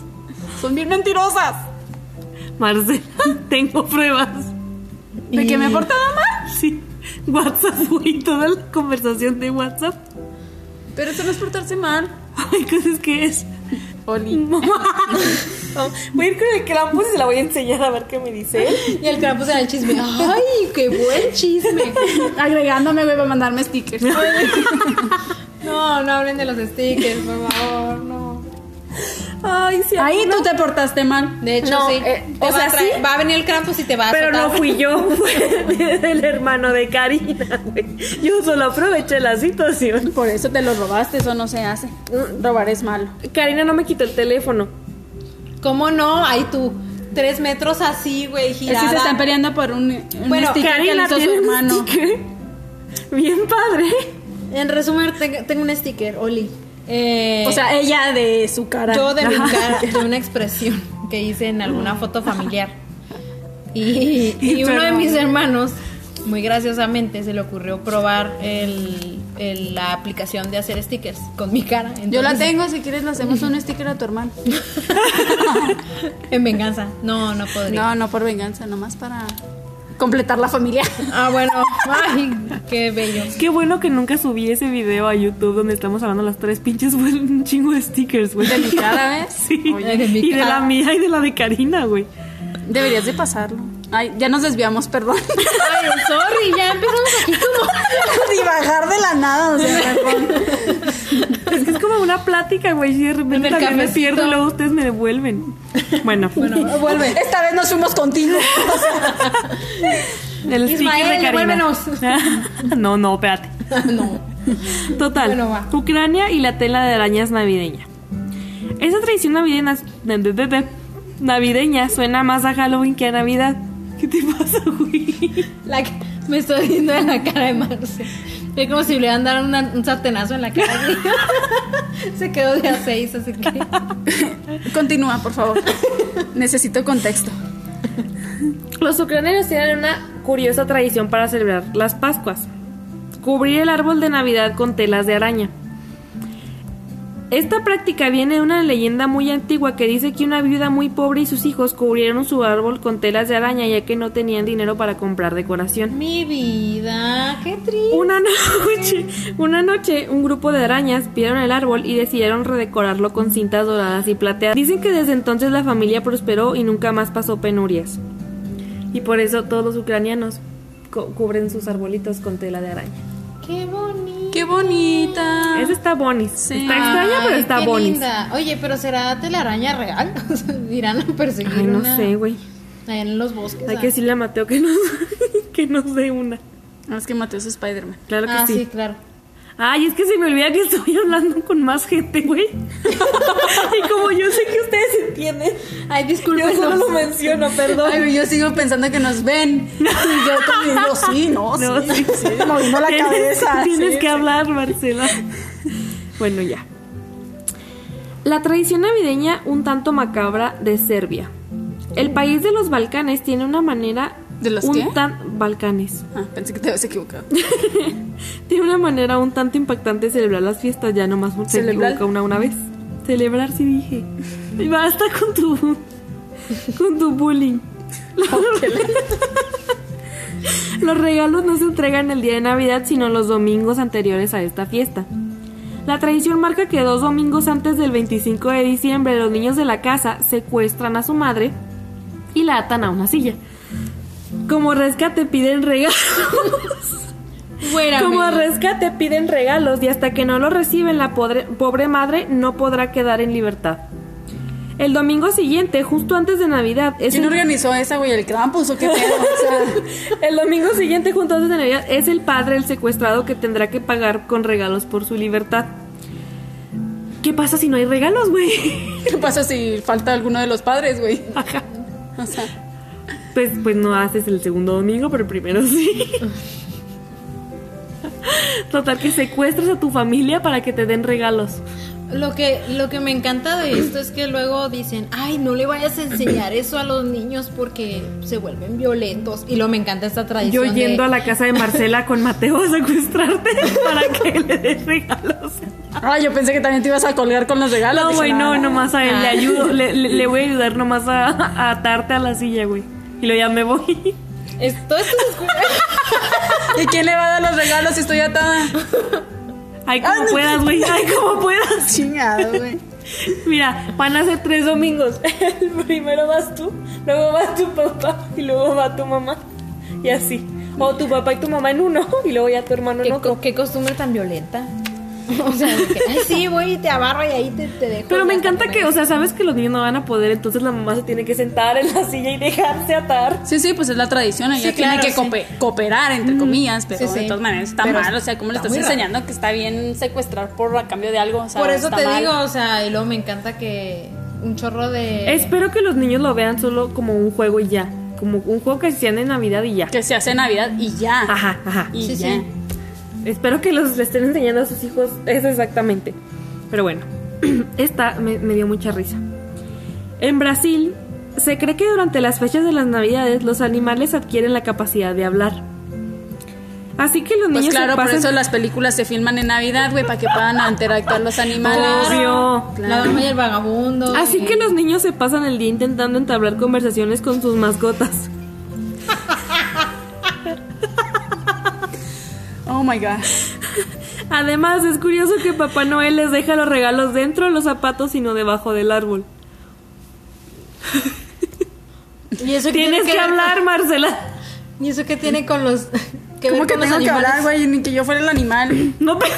S1: Son bien mentirosas.
S3: Marcela, tengo pruebas.
S1: ¿De
S2: Y-
S1: que me he portado mal?
S3: Sí. WhatsApp, güey, toda la conversación de WhatsApp.
S1: Pero eso no es portarse mal.
S3: Ay, cosas que es.
S1: Oli.
S3: Voy a ir con el Krampus y se la voy a enseñar a ver qué me dice él.
S2: Y el Krampus era el chisme. ¡Ay, qué buen chisme!
S1: Agregándome, güey, para mandarme stickers.
S2: No, no hablen de los stickers, por favor, no.
S3: Ay, sí.
S1: Ahí tú te portaste mal.
S2: De hecho,
S3: No,
S2: sí.
S3: eh,
S2: Te
S3: o
S2: va
S3: sea,
S2: a traer-
S3: sí.
S2: Va a venir el Krampus y te va a
S3: Pero no
S2: azotar.
S3: fui yo, fue el hermano de Karina, güey. Yo solo aproveché la situación.
S1: Por eso te lo robaste, eso no se hace. Robar es malo.
S3: Karina no me quitó el teléfono.
S2: ¿Cómo no? Ahí tú. Tres metros así, güey,
S1: Es
S2: girada.
S1: que se están peleando por un, un
S2: Bueno,
S1: sticker que le
S3: Este, Karina
S1: hizo su
S3: tiene un
S1: hermano.
S3: sticker. Bien padre.
S2: En resumen, te- tengo un sticker, Oli. Eh,
S1: O sea, ella de su cara.
S2: yo de mi
S3: Ajá.
S2: cara, de una expresión que hice en alguna foto familiar. Y, y uno de
S3: Perdón.
S2: mis hermanos, muy graciosamente, se le ocurrió probar el- el- la aplicación de hacer stickers con mi cara.
S1: Yo la
S2: Entonces,
S1: tengo, si quieres le hacemos un sticker a tu hermano.
S2: En venganza. No, no podría.
S1: No, no por venganza, nomás para completar la familia.
S2: Ah, bueno. Ay, qué bello.
S3: Qué bueno que nunca subí ese video a YouTube donde estamos hablando las tres pinches, güey, un chingo de stickers, güey.
S1: De mi cara, ¿ves?
S3: Sí.
S2: Oye, de mi
S3: y de
S2: cara.
S3: la mía y de la de Karina, güey.
S1: Deberías de pasarlo. Ay, ya nos desviamos, perdón.
S2: Ay, sorry, ya empezamos aquí como.
S1: bajar de la nada, o sea,
S3: Es que es como una plática, güey. Y de repente
S2: En el
S3: también me
S2: cafecito.
S3: pierdo y luego ustedes me devuelven. Bueno,
S1: Vuelve. Esta vez nos fuimos continuos.
S3: el sticker
S2: Ismael,
S3: de Karina.
S2: devuélvenos.
S3: no, no, espérate.
S2: No.
S3: Total,
S2: Bueno, va.
S3: Ucrania y la tela de arañas navideña. Esa tradición navideña, de- de- de- de- navideña suena más a Halloween que a Navidad. ¿Qué te pasa, güey?
S2: La que- me estoy viendo en la cara de Marce. Es como si le hubieran dado una- un sartenazo en la cara. Se quedó de a seis, así que.
S1: Continúa, por favor. Necesito contexto.
S3: Los ucranianos tienen una curiosa tradición para celebrar las Pascuas. Cubrir el árbol de Navidad con telas de araña. Esta práctica viene de una leyenda muy antigua que dice que una viuda muy pobre y sus hijos cubrieron su árbol con telas de araña ya que no tenían dinero para comprar decoración.
S2: Mi vida, qué triste.
S3: Una noche, una noche, un grupo de arañas vieron el árbol y decidieron redecorarlo con cintas doradas y plateadas. Dicen que desde entonces la familia prosperó y nunca más pasó penurias. Y por eso todos los ucranianos co- cubren sus arbolitos con tela de araña.
S2: Qué bonito.
S1: Qué bonita.
S3: Esa está bonis.
S1: Sí.
S3: Está extraña, pero
S2: Ah. Ay,
S3: está
S2: qué
S3: bonis.
S2: linda. Oye, pero ¿será telaraña real? O sea, Irán a perseguir
S3: Ay, no
S2: una-
S3: sé, güey.
S2: Allá en los bosques.
S3: Hay
S2: ah.
S3: que decirle a Mateo que nos, que nos dé una.
S1: No, es que Mateo es Spider-Man.
S3: Claro que
S2: Ah, sí,
S3: sí.
S2: claro.
S3: Ay, es que se me olvida que estoy hablando con más gente, güey. y como yo sé que ustedes entienden,
S2: Ay, disculpen.
S3: menciono, perdón.
S1: Ay, yo sigo pensando que nos ven. Y yo conmigo, sí, no,
S3: No,
S1: sí,
S3: sí.
S1: sí, moviendo la
S3: tienes,
S1: cabeza.
S3: Tienes
S1: sí,
S3: que hablar, Marcela. Bueno, ya. La tradición navideña un tanto macabra de Serbia. El país de los Balcanes tiene una manera
S1: Oh. ¿De los
S3: un
S1: qué?
S3: tan Balcanes.
S1: Ah, pensé que te habías equivocado.
S3: Tiene una manera un tanto impactante de celebrar las fiestas, ya nomás se
S1: Celebrar.
S3: equivoca una una vez. Celebrar sí dije. Y basta con tu con tu bullying. Los regalos no se entregan el día de Navidad, sino los domingos anteriores a esta fiesta. La tradición marca que dos domingos antes del 25 de diciembre los niños de la casa secuestran a su madre y la atan a una silla. Como rescate piden regalos.
S2: Fuera,
S3: Como
S2: amigo.
S3: rescate piden regalos y hasta que no lo reciben la podre- pobre madre no podrá quedar en libertad. El domingo siguiente, justo antes de Navidad, es
S1: ¿Quién
S3: el,
S1: organizó esa, güey? ¿El Krampus o qué pedo? O sea,
S3: el domingo siguiente, justo antes de Navidad, es el padre el secuestrado que tendrá que pagar con regalos por su libertad. ¿Qué pasa si no hay regalos, güey?
S1: ¿qué pasa si falta alguno de los padres, güey?
S3: Ajá.
S1: O sea,
S3: Pues, pues no haces el segundo domingo, pero el primero sí. Total, que secuestras a tu familia para que te den regalos.
S2: Lo que, lo que me encanta de esto es que luego dicen, ay, no le vayas a enseñar eso a los niños porque se vuelven violentos. Y lo me encanta esta
S3: Yo
S2: tradición.
S3: yendo
S2: de-
S3: a la casa de Marcela con Mateo a secuestrarte para que le des regalos.
S4: Ah, yo pensé que también te ibas a colgar con los regalos.
S3: No,
S4: Dije,
S3: güey, no, nomás a él le
S2: Ah.
S3: ayudo, le, le- le voy a ayudar nomás a, a atarte a la silla, güey. Y luego ya me voy.
S2: Es- todo esto es
S4: ¿Y quién le va a dar los regalos si estoy atada?
S3: Ay,
S2: Ah,
S3: como puedas, güey, ay, como puedas.
S4: Chingado, güey.
S3: Mira, van a ser tres domingos. El primero vas tú, luego va tu papá y luego va tu mamá. Y así. O tu papá y tu mamá en uno y luego ya tu hermano
S2: ¿Qué,
S3: en otro.
S2: co- qué costumbre tan violenta. O sea, de que, "Ay, sí, voy y te abarro y ahí te, te dejo.
S3: Pero me
S2: Hasta
S3: encanta
S2: me-
S3: que, o sea, sabes que los niños no van a poder, entonces la mamá se tiene que sentar en la silla y dejarse atar.
S4: Sí, sí, pues es la tradición. Ella
S2: Sí,
S4: tiene
S2: claro,
S4: que
S2: sí.
S4: cope- cooperar, entre comillas, pero
S2: Sí, sí.
S4: de todas maneras está
S2: Pero
S4: mal. O sea, ¿cómo le
S2: está
S4: estás
S2: muy raro.
S4: enseñando que está bien secuestrar por a cambio de algo? O sea,
S2: Por eso
S4: está
S2: te
S4: mal.
S2: digo, o sea, y luego me encanta que un chorro de...
S3: Espero que los niños lo vean solo como un juego y ya. Como un juego que hacían en Navidad y ya.
S4: Que se hace Navidad y ya.
S3: Ajá, ajá.
S4: Y
S2: Ah, Sí,
S4: ya.
S2: sí.
S3: Espero que los le estén enseñando a sus hijos eso exactamente. Pero bueno, esta me, me dio mucha risa. En Brasil, se cree que durante las fechas de las Navidades los animales adquieren la capacidad de hablar. Así que los
S4: Pues
S3: niños se
S4: claro, por
S3: pasan-
S4: eso las películas se filman en Navidad, güey, para que puedan interactuar los animales.
S3: Obvio.
S2: La dama y el vagabundo.
S3: Así que los niños se pasan el día intentando entablar conversaciones con sus mascotas.
S4: Oh my god.
S3: Además, es curioso que Papá Noel les deja los regalos dentro de los zapatos y no debajo del árbol.
S2: ¿Y eso qué
S3: Tienes
S2: tiene
S3: que
S2: ver-
S3: hablar, Marcela.
S2: ¿Y eso qué tiene con los... Que
S4: ¿Cómo
S2: ver
S4: que
S2: con los
S4: tengo que
S2: animales?
S4: hablar, güey? Ni que yo fuera el animal.
S3: No, pero...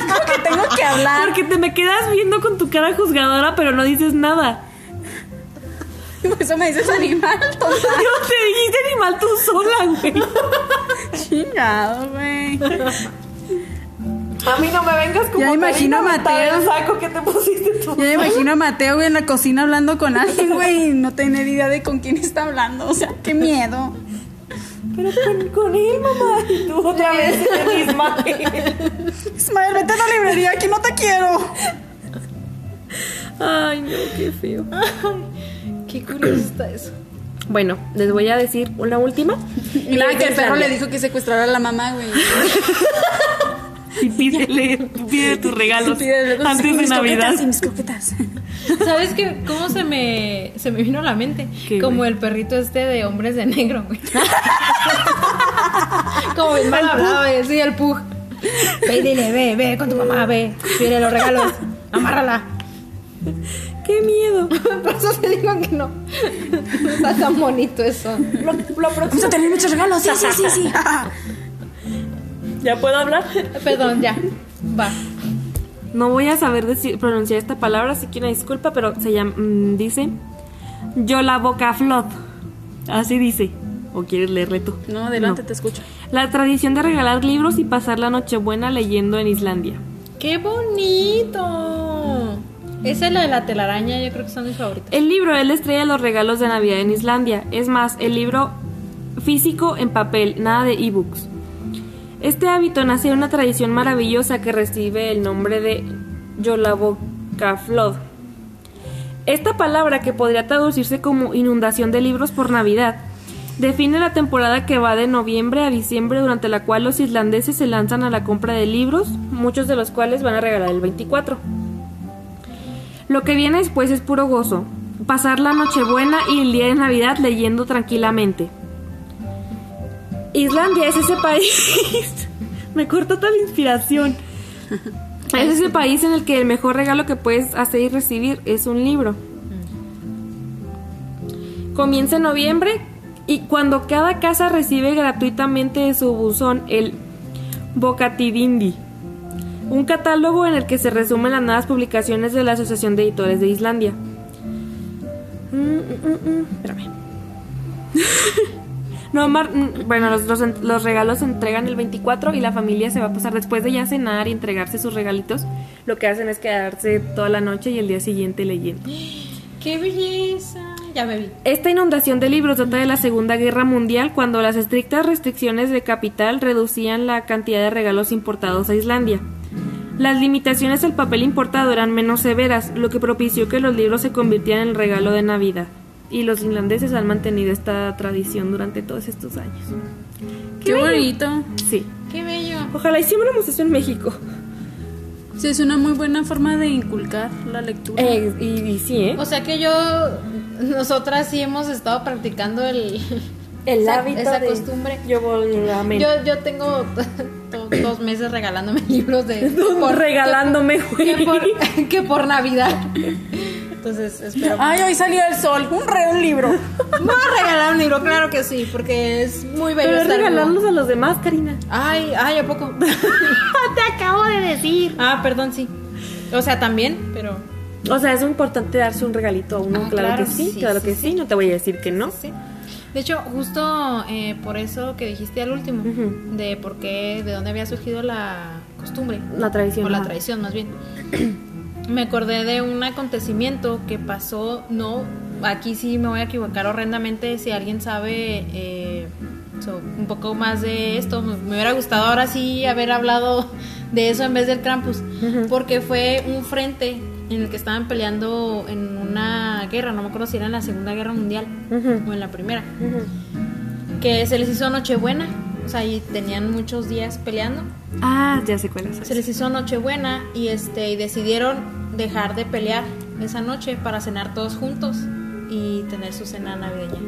S4: ¿Cómo que tengo que hablar?
S3: Porque te me quedas viendo con tu cara juzgadora, pero no dices nada.
S4: Por eso me dices animal,
S3: Yo
S4: tonta.
S3: te dijiste animal tú sola, güey.
S4: Chingado, güey.
S3: A mí no me vengas
S4: Ya imagino a
S3: perrito
S4: Mateo.
S3: aventada del saco que te pusiste tú.
S4: Yo me imagino a Mateo güey, en la cocina hablando con alguien, güey, y no tener idea de con quién está hablando. O sea, qué miedo.
S3: Pero con, con él, mamá. Y tú otra vez en Ismael.
S4: Ismael, vete a la librería, aquí no te quiero.
S3: Ay, no, qué feo.
S2: Qué curioso está eso.
S3: Bueno, les voy a decir una última.
S4: Y nada, que el perro le dijo que secuestrara a la mamá, güey.
S3: Y pídele, pide tus regalos
S4: Pide-
S3: antes de
S4: mis
S3: Navidad.
S4: coquetas y mis coquetas.
S2: ¿Sabes qué? ¿Cómo se me, se me vino a la mente?
S3: ¿Qué,
S2: Como
S3: güey?
S2: el perrito este de hombres de negro, güey. Como bien mal hablado, güey. Sí, el pug. Ve y dile, ve, ve con tu mamá, ve. Pide los regalos. Amárrala.
S3: Qué miedo.
S2: Por eso te digo que no. No está tan bonito eso.
S3: Lo, lo
S4: Vamos a
S3: próximo.
S4: tener muchos regalos, sí, sí, sí, sí.
S3: ¿Ya puedo hablar?
S2: Perdón, ya. Va.
S3: No voy a saber decir- pronunciar esta palabra, así que una disculpa, pero se llama, mm, dice Yo la boca flot. Así dice. ¿O quieres leerle tú?
S4: No, adelante, te escucho.
S3: La tradición de regalar libros y pasar la Nochebuena leyendo en Islandia.
S2: ¡Qué bonito! Esa es la de la telaraña, yo creo que son mis favoritas.
S3: El libro es la estrella de los regalos de Navidad en Islandia. Es más, el libro físico en papel, nada de ebooks. Este hábito nace de una tradición maravillosa que recibe el nombre de Yolavokaflod. Esta palabra, que podría traducirse como inundación de libros por Navidad, define la temporada que va de noviembre a diciembre durante la cual los islandeses se lanzan a la compra de libros, muchos de los cuales van a regalar el 24. Lo que viene después es puro gozo. Pasar la Nochebuena y el día de Navidad leyendo tranquilamente. Islandia es ese país. Me cortó toda la inspiración. Es ese país en el que el mejor regalo que puedes hacer y recibir es un libro. Comienza en noviembre y cuando cada casa recibe gratuitamente de su buzón el Bocatidindi. Un catálogo en el que se resumen las nuevas publicaciones de la Asociación de Editores de Islandia. Mm, mm, mm, mm, espérame. no, Mar- mm, bueno, los, los en- los regalos se entregan el 24 y la familia se va a pasar después de ya cenar y entregarse sus regalitos. Lo que hacen es quedarse toda la noche y el día siguiente leyendo.
S2: ¡Qué belleza! Ya me vi.
S3: Esta inundación de libros data de la Segunda Guerra Mundial, cuando las estrictas restricciones de capital reducían la cantidad de regalos importados a Islandia. Las limitaciones al papel importado eran menos severas, lo que propició que los libros se convirtieran en el regalo de Navidad. Y los finlandeses han mantenido esta tradición durante todos estos años.
S4: Qué bonito.
S3: Sí.
S2: Qué bello.
S3: Ojalá hiciéramos eso en México.
S4: Sí, es una muy buena forma de inculcar la lectura.
S3: Eh, y, y sí, ¿eh?
S2: O sea que yo, nosotras sí hemos estado practicando el,
S3: El
S2: esa-
S3: hábito
S2: esa
S3: de-
S2: costumbre.
S3: Yo voy a
S2: Yo, yo tengo do- dos meses regalándome libros de...
S3: regalándome,
S2: Que
S3: güey.
S2: por, que por Navidad. Entonces, espero.
S3: Ah.
S4: Ay, hoy salió el sol. Un re, un libro.
S2: Me voy a regalar un libro, claro que sí, porque es muy bello.
S3: Pero es
S2: estar vivo.
S3: regalarlos a los demás, Karina.
S2: Ay, ay, ¿a poco?
S3: Te acabo de decir.
S2: ah, perdón, sí. O sea, también, pero...
S3: O sea, es importante darse un regalito a uno,
S2: Ah,
S3: claro,
S2: claro,
S3: que sí,
S2: sí,
S3: claro
S2: sí,
S3: que sí.
S2: sí.
S3: no te voy a decir que no.
S2: Sí. De hecho, justo eh, por eso que dijiste al último,
S3: Ujú.
S2: de por qué, de dónde había surgido la costumbre,
S3: La tradición.
S2: o la
S3: ajá.
S2: traición más bien. Me acordé de un acontecimiento que pasó, no, aquí sí me voy a equivocar horrendamente, si alguien sabe eh, so- un poco más de esto, me, me hubiera gustado ahora sí haber hablado de eso en vez del Krampus, porque fue un frente en el que estaban peleando en una guerra, no me acuerdo si era en la Segunda Guerra Mundial
S3: Ujú,
S2: o en la Primera
S3: ujú.
S2: que se les hizo Nochebuena, o sea, y tenían muchos días peleando.
S3: Ah, ya sé cuál es.
S2: Se les hizo Nochebuena y este y decidieron dejar de pelear esa noche para cenar todos juntos y tener su cena navideña.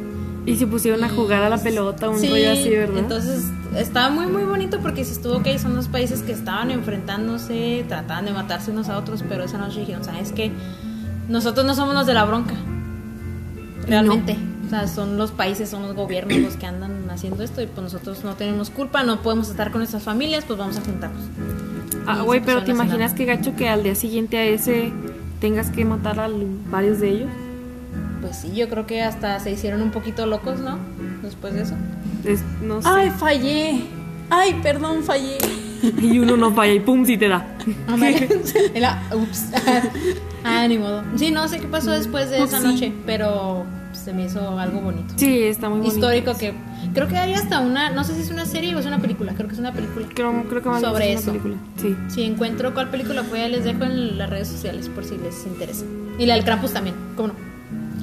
S3: Y se pusieron a jugar a la pelota, un
S2: Sí,
S3: rollo así, ¿verdad?
S2: Entonces estaba muy muy bonito porque se estuvo ok, son dos países que estaban enfrentándose, trataban de matarse unos a otros, pero esa noche dijeron, ¿sabes qué? Nosotros no somos los de la bronca. Realmente. O sea, son los países, son los gobiernos los que andan haciendo esto y pues nosotros no tenemos culpa, no podemos estar con nuestras familias, pues vamos a juntarnos.
S3: ah,
S2: y
S3: güey,
S2: se
S3: pero
S2: pusieron
S3: ¿te
S2: a cenar.
S3: imaginas qué gacho que al día siguiente a ese tengas que matar a l- varios de ellos?
S2: Pues sí, yo creo que hasta se hicieron un poquito locos, ¿no? Después de eso.
S3: Es- no sé.
S4: Ay, fallé. Ay, perdón, fallé.
S3: Y uno no falla y pum, sí te da.
S2: Ándale. Era, ups. ah, ni modo. Sí, no sé qué pasó después de
S4: Ups,
S2: esa
S4: sí.
S2: noche, pero se me hizo algo bonito.
S3: Sí, está muy bonito.
S2: Histórico que creo que hay hasta una, no sé si es una serie o es una película, creo que es una película.
S3: Creo, creo que más bien
S2: Sobre
S3: es una
S2: eso.
S3: película. Sí.
S2: Si encuentro cuál película fue, les dejo en las redes sociales por si les interesa. Y la del Krampus también, cómo no.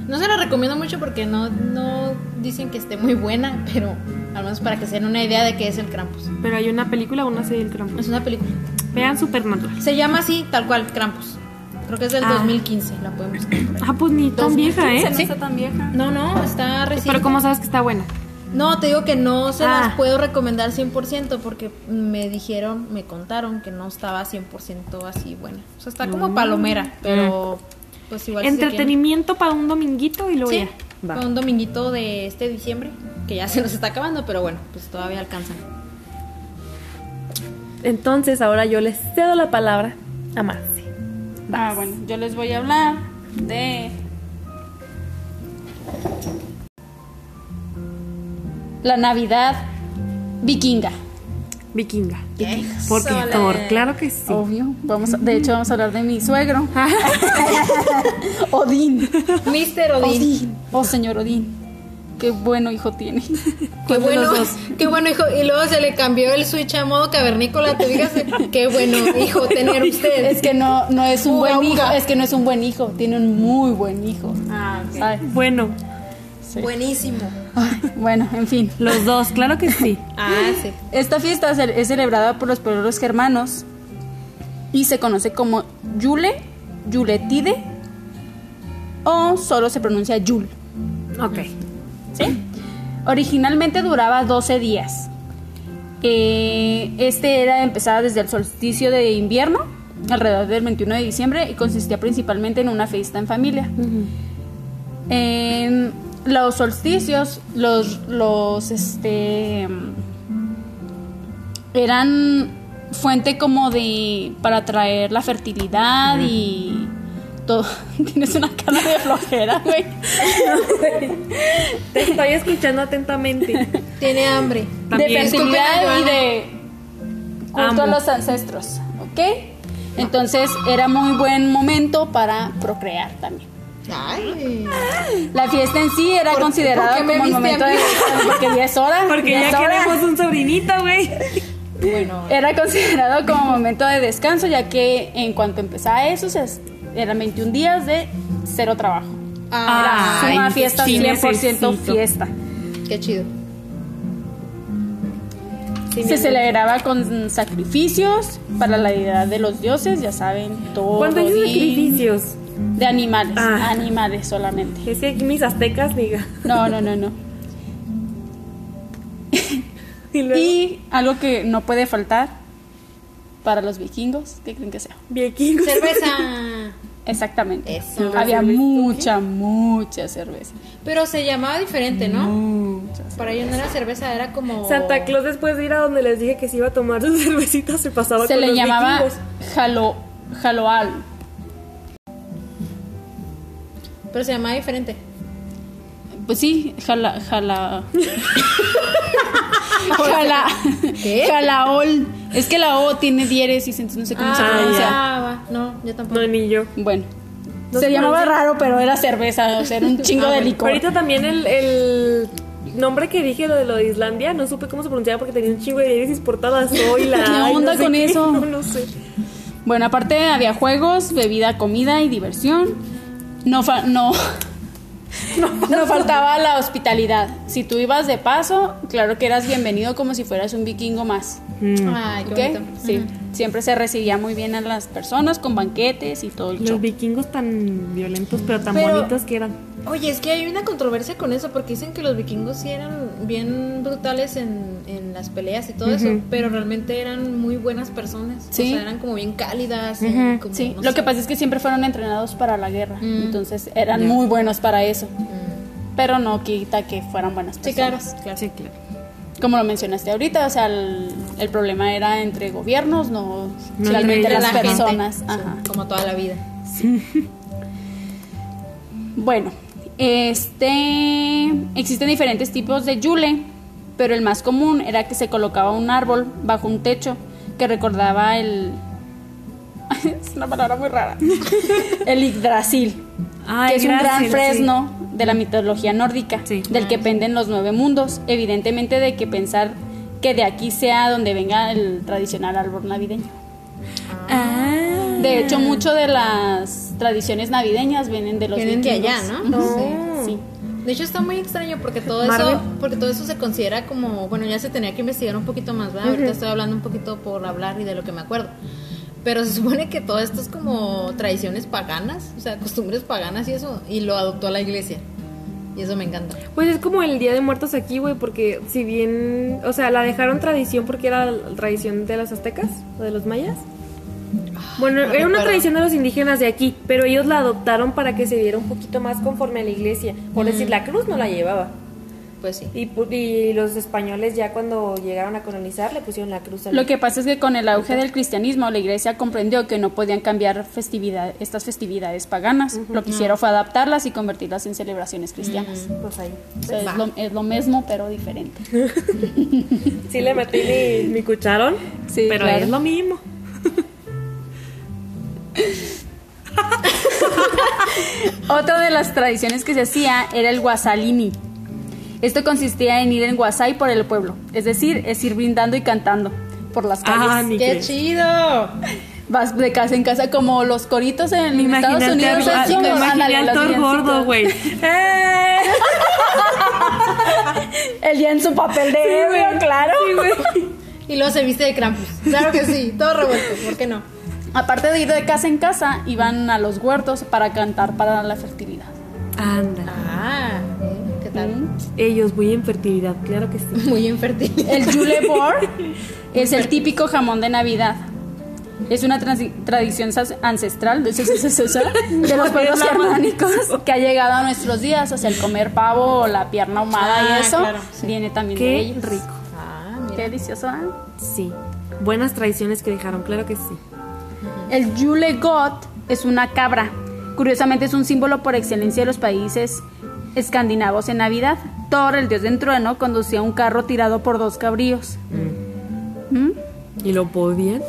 S2: No se la recomiendo mucho porque no, no dicen que esté muy buena, pero al menos para que se den una idea de qué es el Krampus.
S3: Pero hay una película, una serie del Krampus.
S2: Es una película.
S3: Vean Supernatural.
S2: Se llama así, tal cual, Krampus. Creo que es del
S3: Ah.
S2: 2015, la podemos buscar por ahí.
S3: Ah, pues ni tan vieja,
S4: Se
S3: ¿eh?
S4: no
S2: Sí.
S4: está tan vieja.
S2: No, no, está recién.
S3: Pero ¿cómo sabes que está buena?
S2: No, te digo que no se las
S3: Ah.
S2: puedo recomendar 100% porque me dijeron, me contaron que no estaba 100% así buena. O sea, está como palomera, pero pues igual si se quieren-
S3: Mm. Eh. Entretenimiento para un dominguito y luego
S2: Sí,
S3: ya.
S2: fue un dominguito de este diciembre, que ya se nos está acabando, pero bueno, pues todavía alcanzan.
S3: Entonces ahora yo les cedo la palabra a Marce.
S4: Ah, bueno, yo les voy a hablar de. La Navidad vikinga.
S3: Vikinga. Oh, Porque Thor, claro que sí.
S4: Obvio. Vamos a- de hecho, vamos a hablar de mi suegro. Odín.
S2: Eh, Mister Odín.
S4: Odín. Oh, señor Odín. Qué bueno hijo tiene.
S2: Qué
S4: ¿Cuál de
S2: bueno,
S4: los dos?
S2: qué bueno, hijo. Y luego se le cambió el switch a modo cavernícola. Tú digas, qué bueno, hijo, tener usted.
S4: Es que no, no es un
S2: Uga,
S4: buen hijo.
S2: uga.
S4: Es que no es un buen hijo. Tiene un muy buen hijo.
S2: Ah, ok.
S4: Ay,
S3: Bueno,
S2: Buenísimo.
S4: ay, bueno, en fin.
S3: los dos, claro que sí.
S2: Ah, sí.
S4: Esta fiesta ce- es celebrada por los pueblos germanos y se conoce como Yule, Yuletide o solo se pronuncia Yul.
S3: Ok.
S4: ¿sí? Originalmente duraba 12 días. Eh, este era empezada desde el solsticio de invierno, alrededor del 21 de diciembre, y consistía principalmente en una fiesta en familia. En los solsticios, los, los, este, eran fuente como de, para traer la fertilidad y todo. Tienes una cara de flojera, güey.
S3: Te estoy escuchando atentamente.
S2: Tiene hambre.
S3: También.
S4: de fertilidad y de culto
S3: Amo.
S4: a los ancestros, ¿ok? Entonces era muy buen momento para procrear también.
S2: Ay.
S4: La fiesta en sí era
S2: ¿Por- por
S4: considerada
S2: qué me
S4: como el
S2: viste
S4: momento
S2: a
S4: de Ah,
S2: mí?
S4: porque ya es hora,
S3: Porque
S4: ya es
S3: ya
S4: hora.
S3: queremos un sobrinito, güey.
S2: Bueno,
S4: Era considerado como momento de descanso, ya que en cuanto empezaba eso, se- eran 21 días de cero trabajo.
S2: ah,
S4: Era
S1: Ay,
S4: una fiesta
S1: sí
S4: 100%
S3: necesito.
S4: fiesta.
S2: qué chido. Sí,
S4: se
S2: mi-
S4: celebraba con sacrificios para la deidad de los dioses, ya saben, todo.
S3: ¿Cuántos
S4: y-
S3: sacrificios?
S4: De animales,
S3: Ah.
S4: animales solamente.
S3: Es que aquí mis aztecas, diga.
S4: No, no, no, no.
S3: Y luego,
S4: Y algo que no puede faltar para los vikingos, ¿qué creen que sea?
S3: vikingos.
S2: Cerveza.
S4: Exactamente.
S2: Eso.
S4: Había mucha, mucha cerveza.
S2: Pero se llamaba diferente, ¿no?
S4: Mucha.
S2: Para ellos no era cerveza, era como.
S3: Santa Claus después de ir a donde les dije que se iba a tomar sus cervecitas se pasaba
S4: Se
S3: con
S4: le
S3: los
S4: llamaba
S3: vikingos.
S4: jalo, jaloal.
S2: Pero se llamaba diferente.
S4: Pues sí, jala, jala. jala.
S2: ¿Qué?
S4: Jalaol. Es que la O tiene diéresis, entonces no sé cómo se
S2: Ah,
S4: pronuncia.
S2: ya, va. No, yo tampoco.
S3: No, ni yo.
S4: Bueno.
S3: No
S4: se
S3: se
S4: llamaba
S3: pronuncia.
S4: raro, pero era cerveza, o sea, era un chingo
S3: Ah,
S4: de
S3: bueno.
S4: licor.
S3: Ahorita también el, el nombre que dije, lo de lo de Islandia, no supe cómo se pronunciaba porque tenía un chingo de diéresis por todas las O y la
S4: ¿Qué
S3: A y no
S4: onda
S3: sé
S4: con
S3: qué.
S4: eso?
S3: No, no sé.
S4: Bueno, aparte había juegos, bebida, comida y diversión. No, fa- no, no faltaba la hospitalidad. Si tú ibas de paso, claro que eras bienvenido como si fueras un vikingo más.
S3: Ah,
S2: Ay, qué
S4: ¿ok?
S2: bonito.
S4: Sí. Siempre se recibía muy bien a las personas con banquetes y todo el show.
S3: Los vikingos tan violentos, pero tan
S2: Pero-
S3: bonitos que eran.
S2: Oye, es que hay una controversia con eso, porque dicen que los vikingos sí eran bien brutales en, en las peleas y todo eso, pero realmente eran muy buenas personas.
S4: Sí.
S2: O sea, eran como bien cálidas. y como,
S4: Sí,
S2: no
S4: lo
S2: sé.
S4: que pasa es que siempre fueron entrenados para la guerra,
S2: Mm.
S4: entonces eran muy buenos para eso.
S2: Mm.
S4: Pero no quita que fueran buenas
S2: Sí,
S4: personas.
S2: claro, claro.
S4: como lo mencionaste ahorita, o sea, el, el problema era entre gobiernos, no,
S3: No
S4: realmente
S3: entre
S4: las
S3: la
S2: gente,
S4: personas.
S2: sí,
S4: Ajá.
S2: como toda la vida.
S4: Bueno, este existen diferentes tipos de yule, pero el más común era que se colocaba un árbol bajo un techo que recordaba el es una palabra muy rara. El Yggdrasil, que es un gran fresno de la mitología nórdica,
S3: Sí.
S4: del que penden los nueve mundos. Evidentemente de que pensar que de aquí sea donde venga el tradicional árbol navideño. De
S2: Ah.
S4: hecho, mucho de las tradiciones navideñas vienen de los
S2: Vienen de
S4: vikingos.
S2: allá, ¿no?
S4: Ujú,
S3: No.
S4: Sí, sí.
S2: De hecho está muy extraño porque todo
S3: Marvel.
S2: eso, porque todo eso se considera como, bueno, ya se tenía que investigar un poquito más, ¿verdad? Ahorita estoy hablando un poquito por hablar y de lo que me acuerdo. Pero se supone que todo esto es como tradiciones paganas, o sea, costumbres paganas y eso, y lo adoptó la iglesia. Y eso me encanta.
S3: Pues es como el Día de Muertos aquí, güey, porque si bien, o sea, la dejaron tradición porque era la tradición de los aztecas o de los mayas. Bueno,
S2: no
S3: era una
S2: recuerdo.
S3: tradición Ah, de los indígenas de aquí, pero ellos la adoptaron para que se viera un poquito más conforme a la iglesia. Por decir, la cruz no la llevaba.
S2: Pues sí.
S3: Y, pu- y los españoles ya cuando llegaron a colonizar le pusieron la cruz. a la-
S4: Lo que pasa es que con el auge del cristianismo, la iglesia comprendió que no podían cambiar festividad, estas festividades paganas. Lo que hicieron fue adaptarlas y convertirlas en celebraciones cristianas.
S3: Pues ahí.
S4: O sea,
S2: Mm. Va.
S4: es, lo, es lo mismo, pero diferente.
S3: Sí le metí mi, mi cucharón,
S4: Sí,
S3: pero
S4: claro.
S3: es lo mismo.
S4: Otra de las tradiciones que se hacía era el guasalini. Esto consistía en ir en guasay por el pueblo, es decir, es ir brindando y cantando por las calles.
S3: Ah, ni
S2: ¡Qué
S3: qué.
S2: chido!
S4: Vas de casa en casa como los coritos en Estados
S3: Imagínate
S4: Unidos.
S3: al- al-
S4: ¿sabes cómo?
S3: me imaginé
S4: Ándale,
S3: al
S4: los
S3: Thor
S4: villancicos.
S3: gordo, güey. ¡Eh!
S4: El día en su papel de ebrio, claro.
S2: Y luego se viste de Krampus. Claro que sí, todo revuelto, ¿por qué no?
S4: Aparte de ir de casa en casa, iban a los huertos para cantar para la fertilidad.
S3: Anda.
S2: Ah, ¿eh? ¿qué tal?
S3: Ellos muy en fertilidad, claro que sí.
S2: Muy infertil.
S4: El Yule Bor es el típico jamón de Navidad. Es una transi- tradición sas- ancestral de, de los pueblos germánicos que ha llegado a nuestros días. O sea, el comer pavo o la pierna ahumada
S2: Ah,
S4: y eso
S2: claro,
S4: viene también de
S3: Qué
S4: ellos.
S3: rico.
S2: Ah,
S4: Qué
S2: mira.
S4: delicioso. ¿eh?
S3: Sí. Buenas tradiciones que dejaron, claro que sí.
S4: El Yule Goat es una cabra. Curiosamente es un símbolo por excelencia de los países escandinavos en Navidad. Thor, el dios del trueno, conducía un carro tirado por dos cabríos. ¿Mm?
S3: ¿Y lo podían?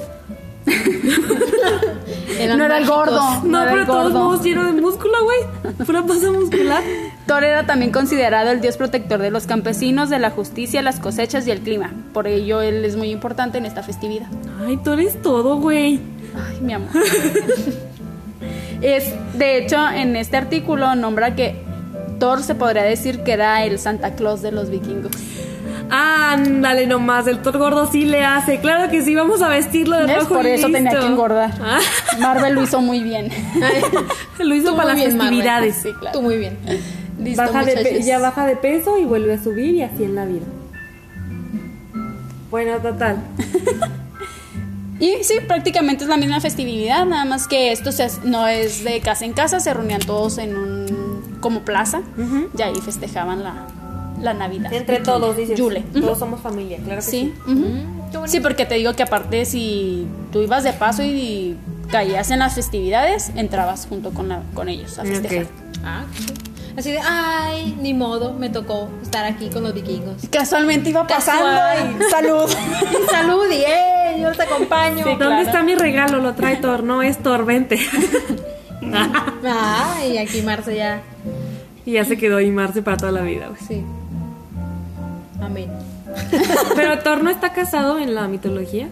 S1: Eran
S4: no era el
S1: bajitos.
S4: gordo.
S3: No,
S4: era
S3: pero
S4: el
S3: de todos
S4: gordo.
S3: modos lleno de músculo, güey. Fue una pasa muscular.
S4: Thor era también considerado el dios protector de los campesinos, de la justicia, las cosechas y el clima. Por ello él es muy importante en esta festividad.
S3: Ay, tú eres todo, güey.
S4: Ay, mi amor. es, de hecho, en este artículo nombra que Thor se podría decir que era el Santa Claus de los vikingos.
S3: Ándale nomás, el Thor gordo sí le hace. Claro que sí, vamos a vestirlo de
S4: ¿Ves?
S3: rojo
S4: Por
S3: y
S4: eso tenía
S3: listo.
S4: que engordar.
S3: Ah,
S4: Marvel lo hizo muy bien.
S3: lo hizo
S2: Tú
S3: para
S2: muy
S3: las
S2: bien, Marvel.
S3: festividades.
S4: Sí, claro.
S2: Tú muy bien.
S1: Listo,
S3: baja de pe-
S1: muchachos.
S3: ya baja de peso y vuelve a subir y así en la vida. Bueno, total.
S4: Y sí, prácticamente es la misma festividad, nada más que esto se hace- no es de casa en casa, se reunían todos en un como plaza y ahí festejaban la, la Navidad.
S3: Entre todos, dices.
S4: Yule.
S3: Todos somos familia, claro que
S4: Sí,
S3: sí. Mm,
S4: ujú. sí, porque te digo que aparte si tú ibas de paso y, y caías en las festividades, entrabas junto con, la- con ellos a festejar.
S3: Ok.
S2: Ah, qué chido. Así de, ay, ni modo, me tocó estar aquí con los vikingos.
S4: Casualmente iba pasando
S2: Casual.
S4: y salud.
S2: Y salud y, eh, yo te acompaño.
S4: Sí.
S3: ¿Dónde
S4: claro.
S3: está mi regalo? Lo trae Thor, no es Thor, vente.
S2: Ay, aquí Marce ya.
S3: y ya se quedó ahí Marce para toda la vida, güey.
S2: Sí. Amén.
S3: Pero Thor no está casado en la mitología.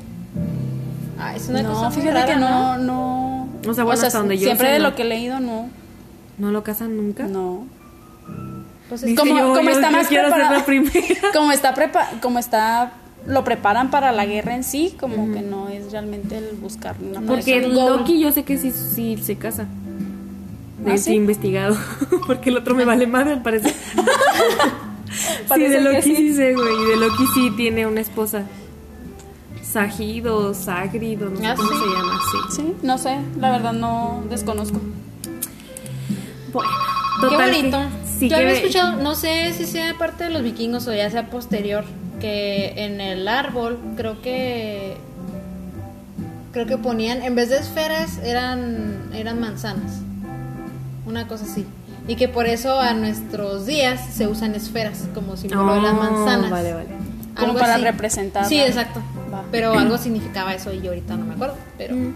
S2: Ay, es una cosa
S4: No,
S2: muy
S4: fíjate
S2: rara,
S4: que no, no.
S3: O sea, bueno, hasta donde yo
S4: siempre
S3: sé,
S4: de
S3: no.
S4: lo que he leído, no,
S3: ¿No lo casan nunca?
S4: no.
S2: Pues
S3: Dice,
S2: es-
S4: Como-
S3: yo-
S4: como
S3: yo-
S4: está
S3: yo
S4: más
S3: quiero ser la
S4: preparado.
S3: primera.
S4: como está prepa como está lo preparan para la guerra en sí, como que no es realmente el buscar una
S3: Porque
S4: pareja.
S3: Loki yo sé que sí, sí se casa. De
S4: ¿Ah,
S3: hecho,
S4: sí?
S3: he investigado. Porque el otro me vale madre, al parecer. sí, de
S4: Parece que
S3: Loki sí.
S4: sí.
S3: sé, güey. Y de Loki sí tiene una esposa. Sajido, Sagrido, no sé
S2: Ah,
S3: cómo
S2: sí.
S3: se llama, sí.
S4: Sí, no sé, la verdad no desconozco.
S3: Bueno,
S2: Qué
S3: total
S2: bonito.
S3: que- sí,
S2: Yo
S3: que-
S2: había escuchado, no sé si sea parte de los vikingos o ya sea posterior, que en el árbol creo que creo que ponían en vez de esferas eran eran manzanas. Una cosa así. Y que por eso a nuestros días se usan esferas como símbolo de las
S3: Oh,
S2: manzanas.
S3: Vale, vale.
S4: Como para representar,
S2: Sí,
S4: ¿no?
S2: exacto.
S4: Va.
S2: Pero algo significaba eso y yo ahorita no me acuerdo, pero
S3: Mm.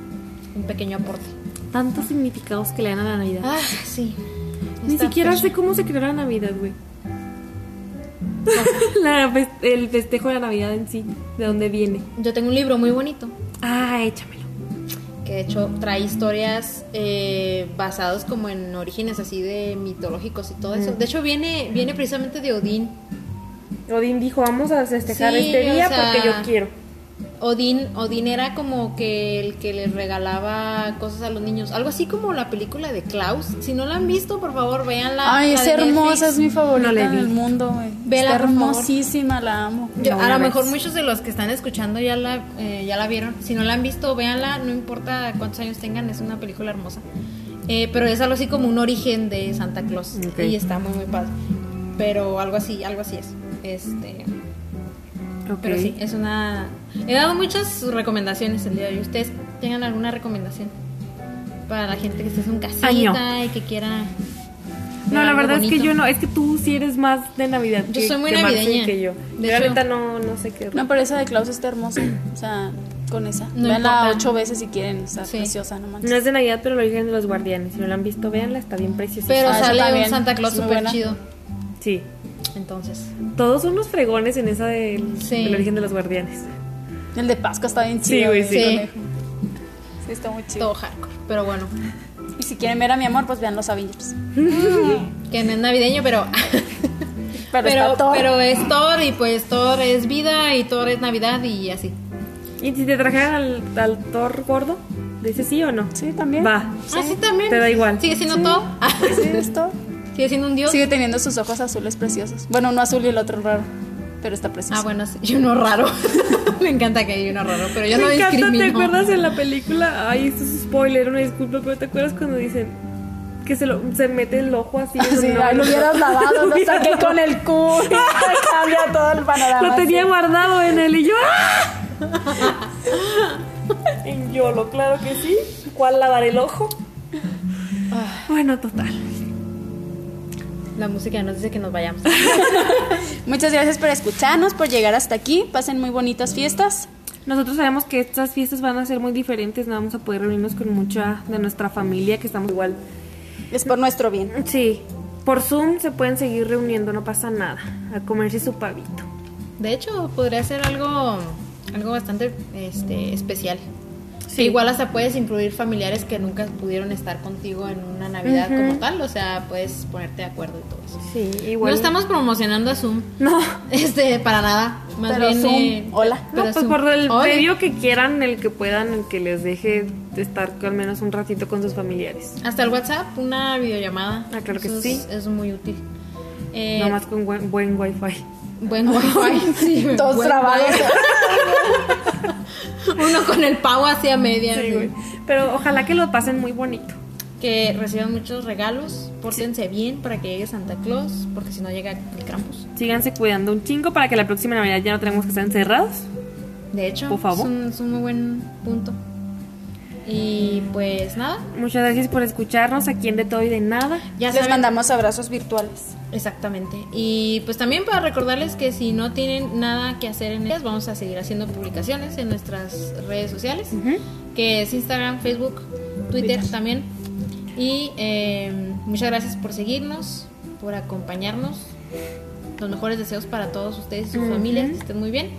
S2: un pequeño aporte.
S3: Tantos significados que le dan a la Navidad.
S2: Ah, sí.
S3: Ni
S2: Esta
S3: siquiera
S2: fecha.
S3: sé cómo se creó la Navidad, güey. La fes- el festejo de la Navidad en sí, de dónde viene.
S2: Yo tengo un libro muy bonito
S3: Ah, échamelo.
S2: que de hecho trae historias eh, basadas como en orígenes así de mitológicos y todo
S4: Mm.
S2: eso. De hecho viene viene precisamente de Odín.
S3: Odín dijo, vamos a festejar
S2: Sí,
S3: este día
S2: o sea,
S3: porque yo quiero.
S2: Odín Odín era como que el que les regalaba cosas a los niños, algo así como la película de Klaus. Si no la han visto, por favor, véanla.
S4: Ay,
S2: Ah, la
S4: es
S2: de Netflix.
S4: hermosa, es mi favorita
S3: No le
S4: en
S3: vi.
S4: el mundo, güey.
S2: Vela,
S4: Está
S2: por favor.
S4: hermosísima, la amo.
S2: Yo-
S3: No,
S2: a
S3: una
S2: lo mejor
S3: vez.
S2: muchos de los que están escuchando ya la, eh, ya la vieron. Si no la han visto, véanla, no importa cuántos años tengan, es una película hermosa. Eh, pero es algo así como un origen de Santa Claus.
S3: Ok.
S2: Y está muy, muy padre. Pero algo así, algo así es. Este, Pero sí, es una... He dado muchas recomendaciones el día de hoy. ¿Ustedes tengan alguna recomendación? Para la gente que esté en casita
S3: Ay, no.
S2: y que quiera...
S3: No,
S2: ver
S3: la
S2: algo
S3: verdad es que
S2: bonito.
S3: yo no, es que tú sí eres más de Navidad.
S2: Yo
S3: que-
S2: soy muy
S3: que Marce y
S2: navideña.
S3: Que yo.
S2: De
S3: Yo la
S2: hecho-
S3: neta no, no sé qué.
S4: No, pero esa de Klaus está hermosa, o sea, con esa.
S2: No
S4: Véanla
S2: importa.
S4: ocho veces si quieren, está
S2: Sí.
S4: preciosa, no manches.
S3: No es de Navidad, pero lo origen de los guardianes. Si no la han visto, véanla, está bien preciosa.
S2: Pero
S4: Ah, eso
S2: sale un
S4: también,
S2: Santa Claus
S4: es muy
S2: súper
S4: buena.
S2: chido.
S3: Sí.
S2: Entonces...
S3: Todos son unos fregones en esa del,
S2: Sí.
S3: del origen de los guardianes.
S4: El de Pascua está bien
S3: Sí,
S4: chido.
S3: güey,
S4: güey.
S2: sí.
S4: Sí, está muy chido.
S2: Todo hardcore. Pero bueno,
S4: Y si quieren ver a mi amor, pues vean los Avengers.
S2: que no es navideño, pero. pero,
S4: Pero, está todo.
S2: pero es Thor y pues Thor es vida y Thor es Navidad y así.
S3: ¿Y si te trajeran al, al Thor gordo? ¿Dices sí o no?
S4: Sí, también.
S3: Va.
S2: Así también.
S3: Te da igual.
S2: Sigue siendo Thor. Ah,
S4: Sí, es todo.
S2: Sigue siendo un dios.
S4: Sigue teniendo sus ojos azules preciosos. Bueno, uno azul y el otro raro, pero está precioso.
S2: Ah, bueno, sí. Y uno raro. Me encanta que hay uno raro, pero yo no
S3: Me encanta,
S2: discrimino.
S3: ¿te acuerdas en la película? Ay, esto es un spoiler, una disculpa, pero ¿te acuerdas cuando dicen que se, lo, se mete el ojo así?
S4: Sí,
S3: No,
S4: ay,
S3: no,
S4: lo hubieras
S3: no,
S4: lavado, lo
S3: hubiera
S4: saqué
S3: lavado.
S4: con el culo. Cambia todo el panorama.
S3: Lo tenía
S4: sí.
S3: guardado en él y yo. ¡ah! en Yolo, claro que sí. ¿Cuál lavar el ojo?
S4: Ah.
S3: Bueno, total.
S2: La música nos dice que nos vayamos.
S4: Muchas gracias por escucharnos, por llegar hasta aquí. Pasen muy bonitas fiestas.
S3: Nosotros sabemos que estas fiestas van a ser muy diferentes, no vamos a poder reunirnos con mucha de nuestra familia que estamos igual.
S4: Es por nuestro bien.
S3: Sí, por Zoom se pueden seguir reuniendo, no pasa nada, a comerse su pavito.
S2: De hecho, podría ser algo, algo bastante este, especial. Igual hasta puedes incluir familiares que nunca pudieron estar contigo en una Navidad
S3: Ujú.
S2: como tal, o sea, puedes ponerte de acuerdo y todo eso.
S3: Sí, igual.
S2: No estamos promocionando a Zoom,
S3: No.
S2: este, para nada. Más
S4: Pero
S2: bien,
S4: Zoom,
S2: eh,
S4: hola.
S2: pero
S3: no, pues
S2: Zoom.
S3: por el
S2: Oye,
S3: medio que quieran, el que puedan, el que les deje de estar al menos un ratito con sus familiares.
S2: Hasta el WhatsApp, una videollamada.
S3: Ah, claro que
S2: Eso es-
S3: sí.
S2: Es muy útil. Eh,
S3: Nomás con buen, buen wifi.
S2: Buen wifi. sí,
S4: Todos
S2: buen
S4: trabados.
S2: wifi. Uno con el pavo hacia media.
S3: Sí,
S2: así.
S3: güey. Pero ojalá que lo pasen muy bonito.
S2: que reciban muchos regalos, pórtense bien para que llegue Santa Claus, porque si no llega el Krampus.
S3: Síganse cuidando un chingo para que la próxima Navidad ya no tenemos que estar encerrados.
S2: De hecho,
S3: Por
S2: Es,
S3: favor.
S2: un, es un muy buen punto. Y pues nada,
S3: Muchas gracias por escucharnos aquí en De Todo y de Nada.
S2: ya
S4: Les
S2: saben-
S4: mandamos abrazos virtuales.
S2: Exactamente. Y pues también para recordarles que si no tienen nada que hacer en ellas, vamos a seguir haciendo publicaciones en nuestras redes sociales, que es Instagram, Facebook, Twitter, también. Y eh, muchas gracias por seguirnos, por acompañarnos. Los mejores deseos para todos ustedes y sus familias, que estén muy bien.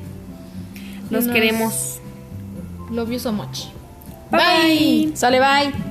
S3: Los
S2: Nos-
S3: queremos.
S2: Love you so much.
S3: Bye.
S4: Sale, bye.